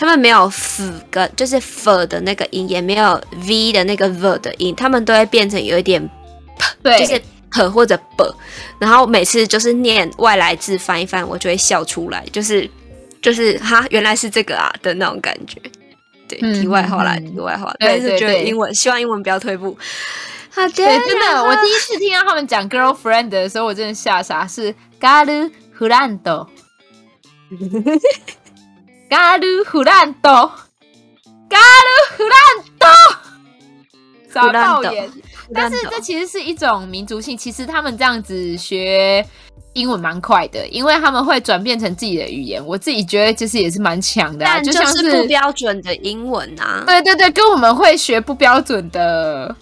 Speaker 1: 他们没有 f 跟就是 f 的那个音，也没有 v 的那个 v 的音，他们都会变成有一点
Speaker 2: 对，
Speaker 1: 就是可或者不，然后每次就是念外来字翻一翻，我就会笑出来，就是就是哈，原来是这个啊的那种感觉。对，
Speaker 2: 嗯
Speaker 1: 题外话啦，
Speaker 2: 嗯嗯
Speaker 1: 题外话，
Speaker 2: 对
Speaker 1: 但
Speaker 2: 对
Speaker 1: 是觉得
Speaker 2: 对
Speaker 1: 英文，希望英文不要退步。好的，
Speaker 2: 对，真的，
Speaker 1: 然后
Speaker 2: 我第一次听到他们讲 girlfriend 的时候，我真的吓傻，是 garu
Speaker 1: [LAUGHS]
Speaker 2: hurando。ガルフランド，ガルフランド，傻爆眼！但是这其实是一种民族性，其实他们这样子学英文蛮快的，因为他们会转变成自己的语言。我自己觉得就是也是蛮强的、啊，
Speaker 1: 但
Speaker 2: 就
Speaker 1: 就
Speaker 2: 像
Speaker 1: 是不标准的英文啊，
Speaker 2: 对对对，跟我们会学不标准的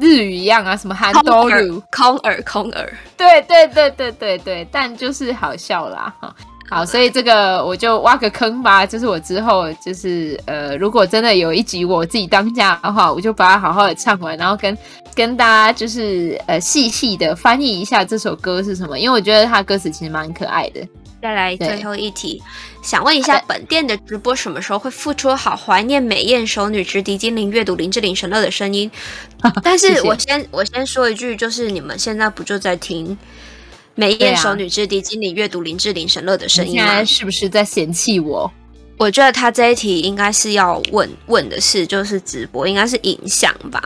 Speaker 2: 日语一样啊，什么韩
Speaker 1: 空
Speaker 2: 都
Speaker 1: 耳
Speaker 2: 语，
Speaker 1: 空耳空耳，
Speaker 2: 对对对对对对，但就是好笑啦哈。好，所以这个我就挖个坑吧，就是我之后就是呃，如果真的有一集我自己当家的话，我就把它好好的唱完，然后跟跟大家就是呃细细的翻译一下这首歌是什么，因为我觉得它歌词其实蛮可爱的。
Speaker 1: 再来
Speaker 2: 对
Speaker 1: 最后一题，想问一下
Speaker 2: 好的
Speaker 1: 本店的直播什么时候会复出？好怀念美艳熟女直笛精灵阅读林志玲神乐的声
Speaker 2: [LAUGHS]
Speaker 1: 音。但
Speaker 2: 谢
Speaker 1: 是
Speaker 2: 谢
Speaker 1: 我先我先说一句，就是你们现在不就在听美
Speaker 2: 对啊
Speaker 1: 艳熟女直笛精灵阅读林志玲神乐的声
Speaker 2: 你
Speaker 1: 音
Speaker 2: 现
Speaker 1: 吗？
Speaker 2: 在是不是在嫌弃我？
Speaker 1: 我觉得他这一题应该是要问问的是，就是直播应该是影响吧。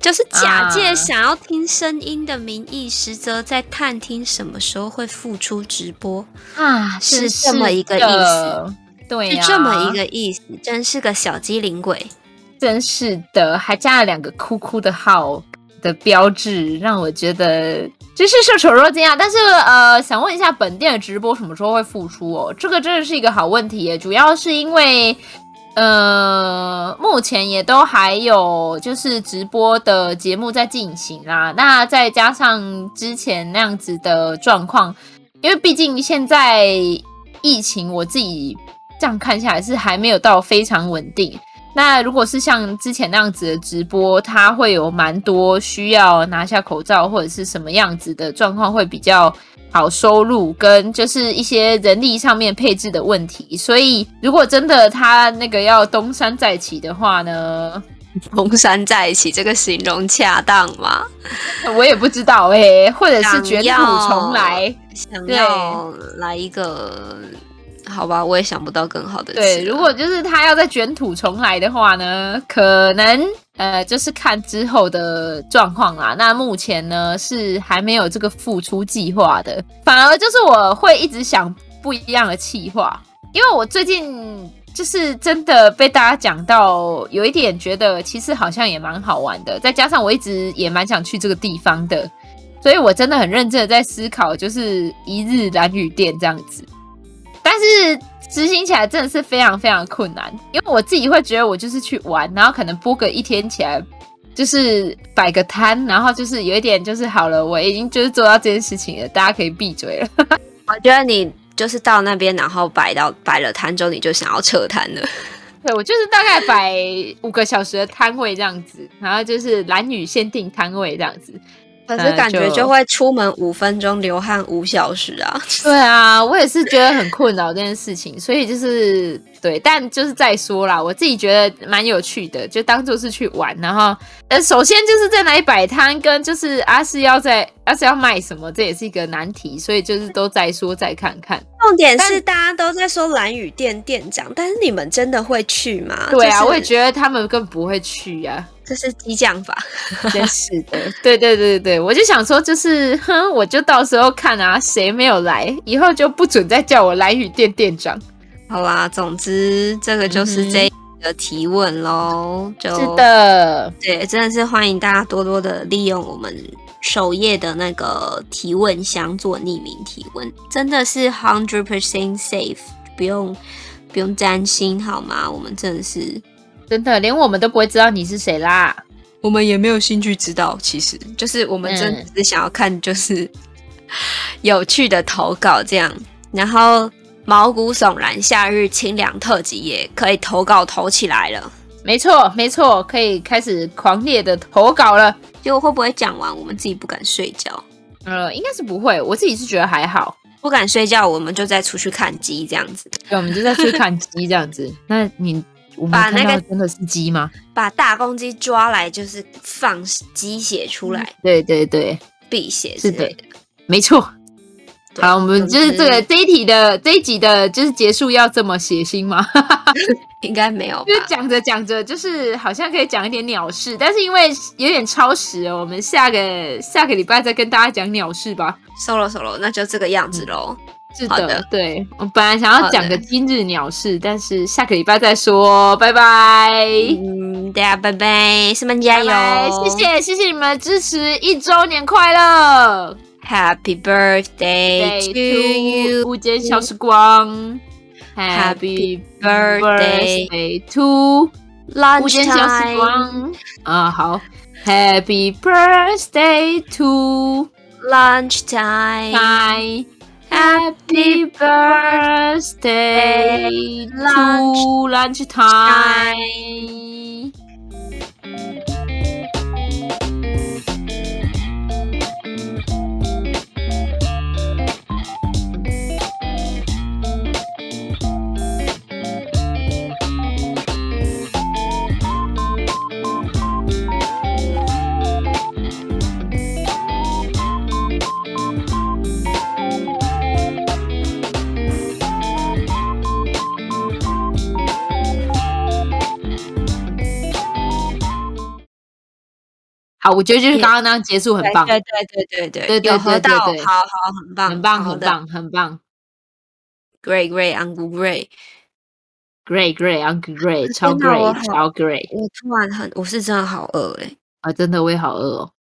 Speaker 1: 就是假
Speaker 2: 啊
Speaker 1: 借想要听声音的名义，实则在探听什么时候会复出直播。
Speaker 2: 啊，
Speaker 1: 是
Speaker 2: 真
Speaker 1: 这么一个
Speaker 2: 的，对
Speaker 1: 是
Speaker 2: 呀、
Speaker 1: 这么一，个意思，真是个小机灵 [LAUGHS] 鬼。
Speaker 2: 真是的，还加了两个哭哭的号的标志，让我觉得这是受宠若惊啊！但是呃，想问一下本店的直播什么时候会复出哦？这个真的是一个好问题耶，主要是因为呃，目前也都还有就是直播的节目在进行啦。那再加上之前那样子的状况，因为毕竟现在疫情，我自己这样看下来是还没有到非常稳定。那如果是像之前那样子的直播，它会有蛮多需要拿下口罩或者是什么样子的状况会比较好收入，跟就是一些人力上面配置的问题。所以如果真的他那个要东山再起的话呢，
Speaker 1: 东山再起这个形容恰当吗？
Speaker 2: 我也不知道诶、或者是卷土重来。
Speaker 1: 想要来一个，好吧，我也想不到更好的词了。
Speaker 2: 对，如果就是他要再卷土重来的话呢，可能呃，就是看之后的状况啦。那目前呢是还没有这个复出计划的，反而就是我会一直想不一样的计划，因为我最近就是真的被大家讲到，有一点觉得其实好像也蛮好玩的，再加上我一直也蛮想去这个地方的，所以我真的很认真的在思考，就是一日蓝雨店这样子。但是执行起来真的是非常非常困难，因为我自己会觉得我就是去玩，然后可能播个一天起来，就是摆个摊，然后就是有一点就是好了，我已经就是做到这件事情了，大家可以闭嘴了。
Speaker 1: 我觉得你就是到那边，然后摆到摆了摊之后，你就想要撤摊 [LAUGHS] 了。
Speaker 2: 对我就是大概摆五个小时的摊位这样子，然后就是蓝雨限定摊位这样子。
Speaker 1: 可
Speaker 2: 呃
Speaker 1: 是感觉
Speaker 2: 就
Speaker 1: 就会出门五分钟，流汗五小时啊！
Speaker 2: 对啊，我也是觉得很困扰这件事情，所以就是对，但就是再说啦，我自己觉得蛮有趣的，就当做是去玩。然后，呃，首先就是在哪里摆摊，跟就是阿是要在阿是要卖什么，这也是一个难题，所以就是都再说再看看。
Speaker 1: 重点
Speaker 2: 但
Speaker 1: 是大家都在说蓝雨店店长，但是你们真的会去吗？
Speaker 2: [LAUGHS] 对啊，
Speaker 1: 就是
Speaker 2: 我也觉得他们更不会去 [LAUGHS] 啊，
Speaker 1: 这是激将法。
Speaker 2: 真是的。对对对对对，我就想说，就是哼，我就到时候看啊，谁没有来，以后就不准再叫我蓝雨店店长。，
Speaker 1: 好啦，总之这个就是这一集的提问喽。嗯就是
Speaker 2: 的，
Speaker 1: 对，真的是欢迎大家多多的利用我们首页的那个提问箱做匿名提问，真的是 hundred percent safe，不用不用担心好吗？我们真的是。
Speaker 2: 真的，连我们都不会知道你是谁啦。
Speaker 1: 我们也没有兴趣知道，其实就是我们真的
Speaker 2: 嗯
Speaker 1: 只是想要看就是有趣的投稿这样，然后毛骨悚然夏日清凉特辑也可以投稿投起来了，
Speaker 2: 没错，没错，可以开始狂烈的投稿了。
Speaker 1: 结果会不会讲完我们自己不敢睡觉？
Speaker 2: 呃，应该是不会，我自己是觉得还好。
Speaker 1: 不敢睡觉，我们就再出去看鸡这样子，
Speaker 2: 对，我们就在去看鸡这样
Speaker 1: [LAUGHS]
Speaker 2: 子。那你我们
Speaker 1: 把
Speaker 2: 看
Speaker 1: 那
Speaker 2: 到
Speaker 1: 个
Speaker 2: 真的是鸡吗？
Speaker 1: 把大公鸡抓来就是放鸡血出来
Speaker 2: 对对对，
Speaker 1: 辟邪之
Speaker 2: 嗯是的
Speaker 1: 类的。
Speaker 2: 没错。
Speaker 1: 对
Speaker 2: 好，我们就是这
Speaker 1: 总之
Speaker 2: 个这一题的这一集的，就是结束要这么血腥
Speaker 1: [LAUGHS]
Speaker 2: 吗？
Speaker 1: 应该没有吧
Speaker 2: 就？讲着讲着，就是好像可以讲一点鸟事，但是因为有点超时哦了，我们下个下个礼拜再跟大家讲鸟事吧。
Speaker 1: 收了收了，那就这个样
Speaker 2: 嗯
Speaker 1: 子喽。
Speaker 2: 是
Speaker 1: 好
Speaker 2: 的，
Speaker 1: 的
Speaker 2: 对我本来想要
Speaker 1: 好
Speaker 2: 讲个
Speaker 1: 的
Speaker 2: 今日鸟事，但是下个礼拜再说，拜拜，
Speaker 1: 嗯，大家拜拜，师们加
Speaker 2: 拜
Speaker 1: 油，
Speaker 2: 拜，谢谢谢谢你们的支持，一周年快乐
Speaker 1: Happy birthday
Speaker 2: Day
Speaker 1: to you.
Speaker 2: 无间消时光，Happy
Speaker 1: birthday
Speaker 2: birthday to 无间消时
Speaker 1: Lunchtime.
Speaker 2: 光啊，好，Happy birthday to
Speaker 1: Lunchtime.
Speaker 2: my Happy birthday to lunch time.好，我觉得就是
Speaker 1: 也
Speaker 2: 刚刚那样结束很棒，
Speaker 1: 对对对对
Speaker 2: 对对
Speaker 1: 有合
Speaker 2: 对对
Speaker 1: 到，
Speaker 2: 对
Speaker 1: 好好，很棒，
Speaker 2: 很棒，
Speaker 1: 好
Speaker 2: 很
Speaker 1: 的
Speaker 2: 棒，很棒
Speaker 1: ，Great Great Uncle Great。
Speaker 2: ，great great uncle great，超
Speaker 1: 天哪我
Speaker 2: great
Speaker 1: 好
Speaker 2: 超 great
Speaker 1: 我突然很，我是真的好饿哎、
Speaker 2: 啊！真的我也好饿哦。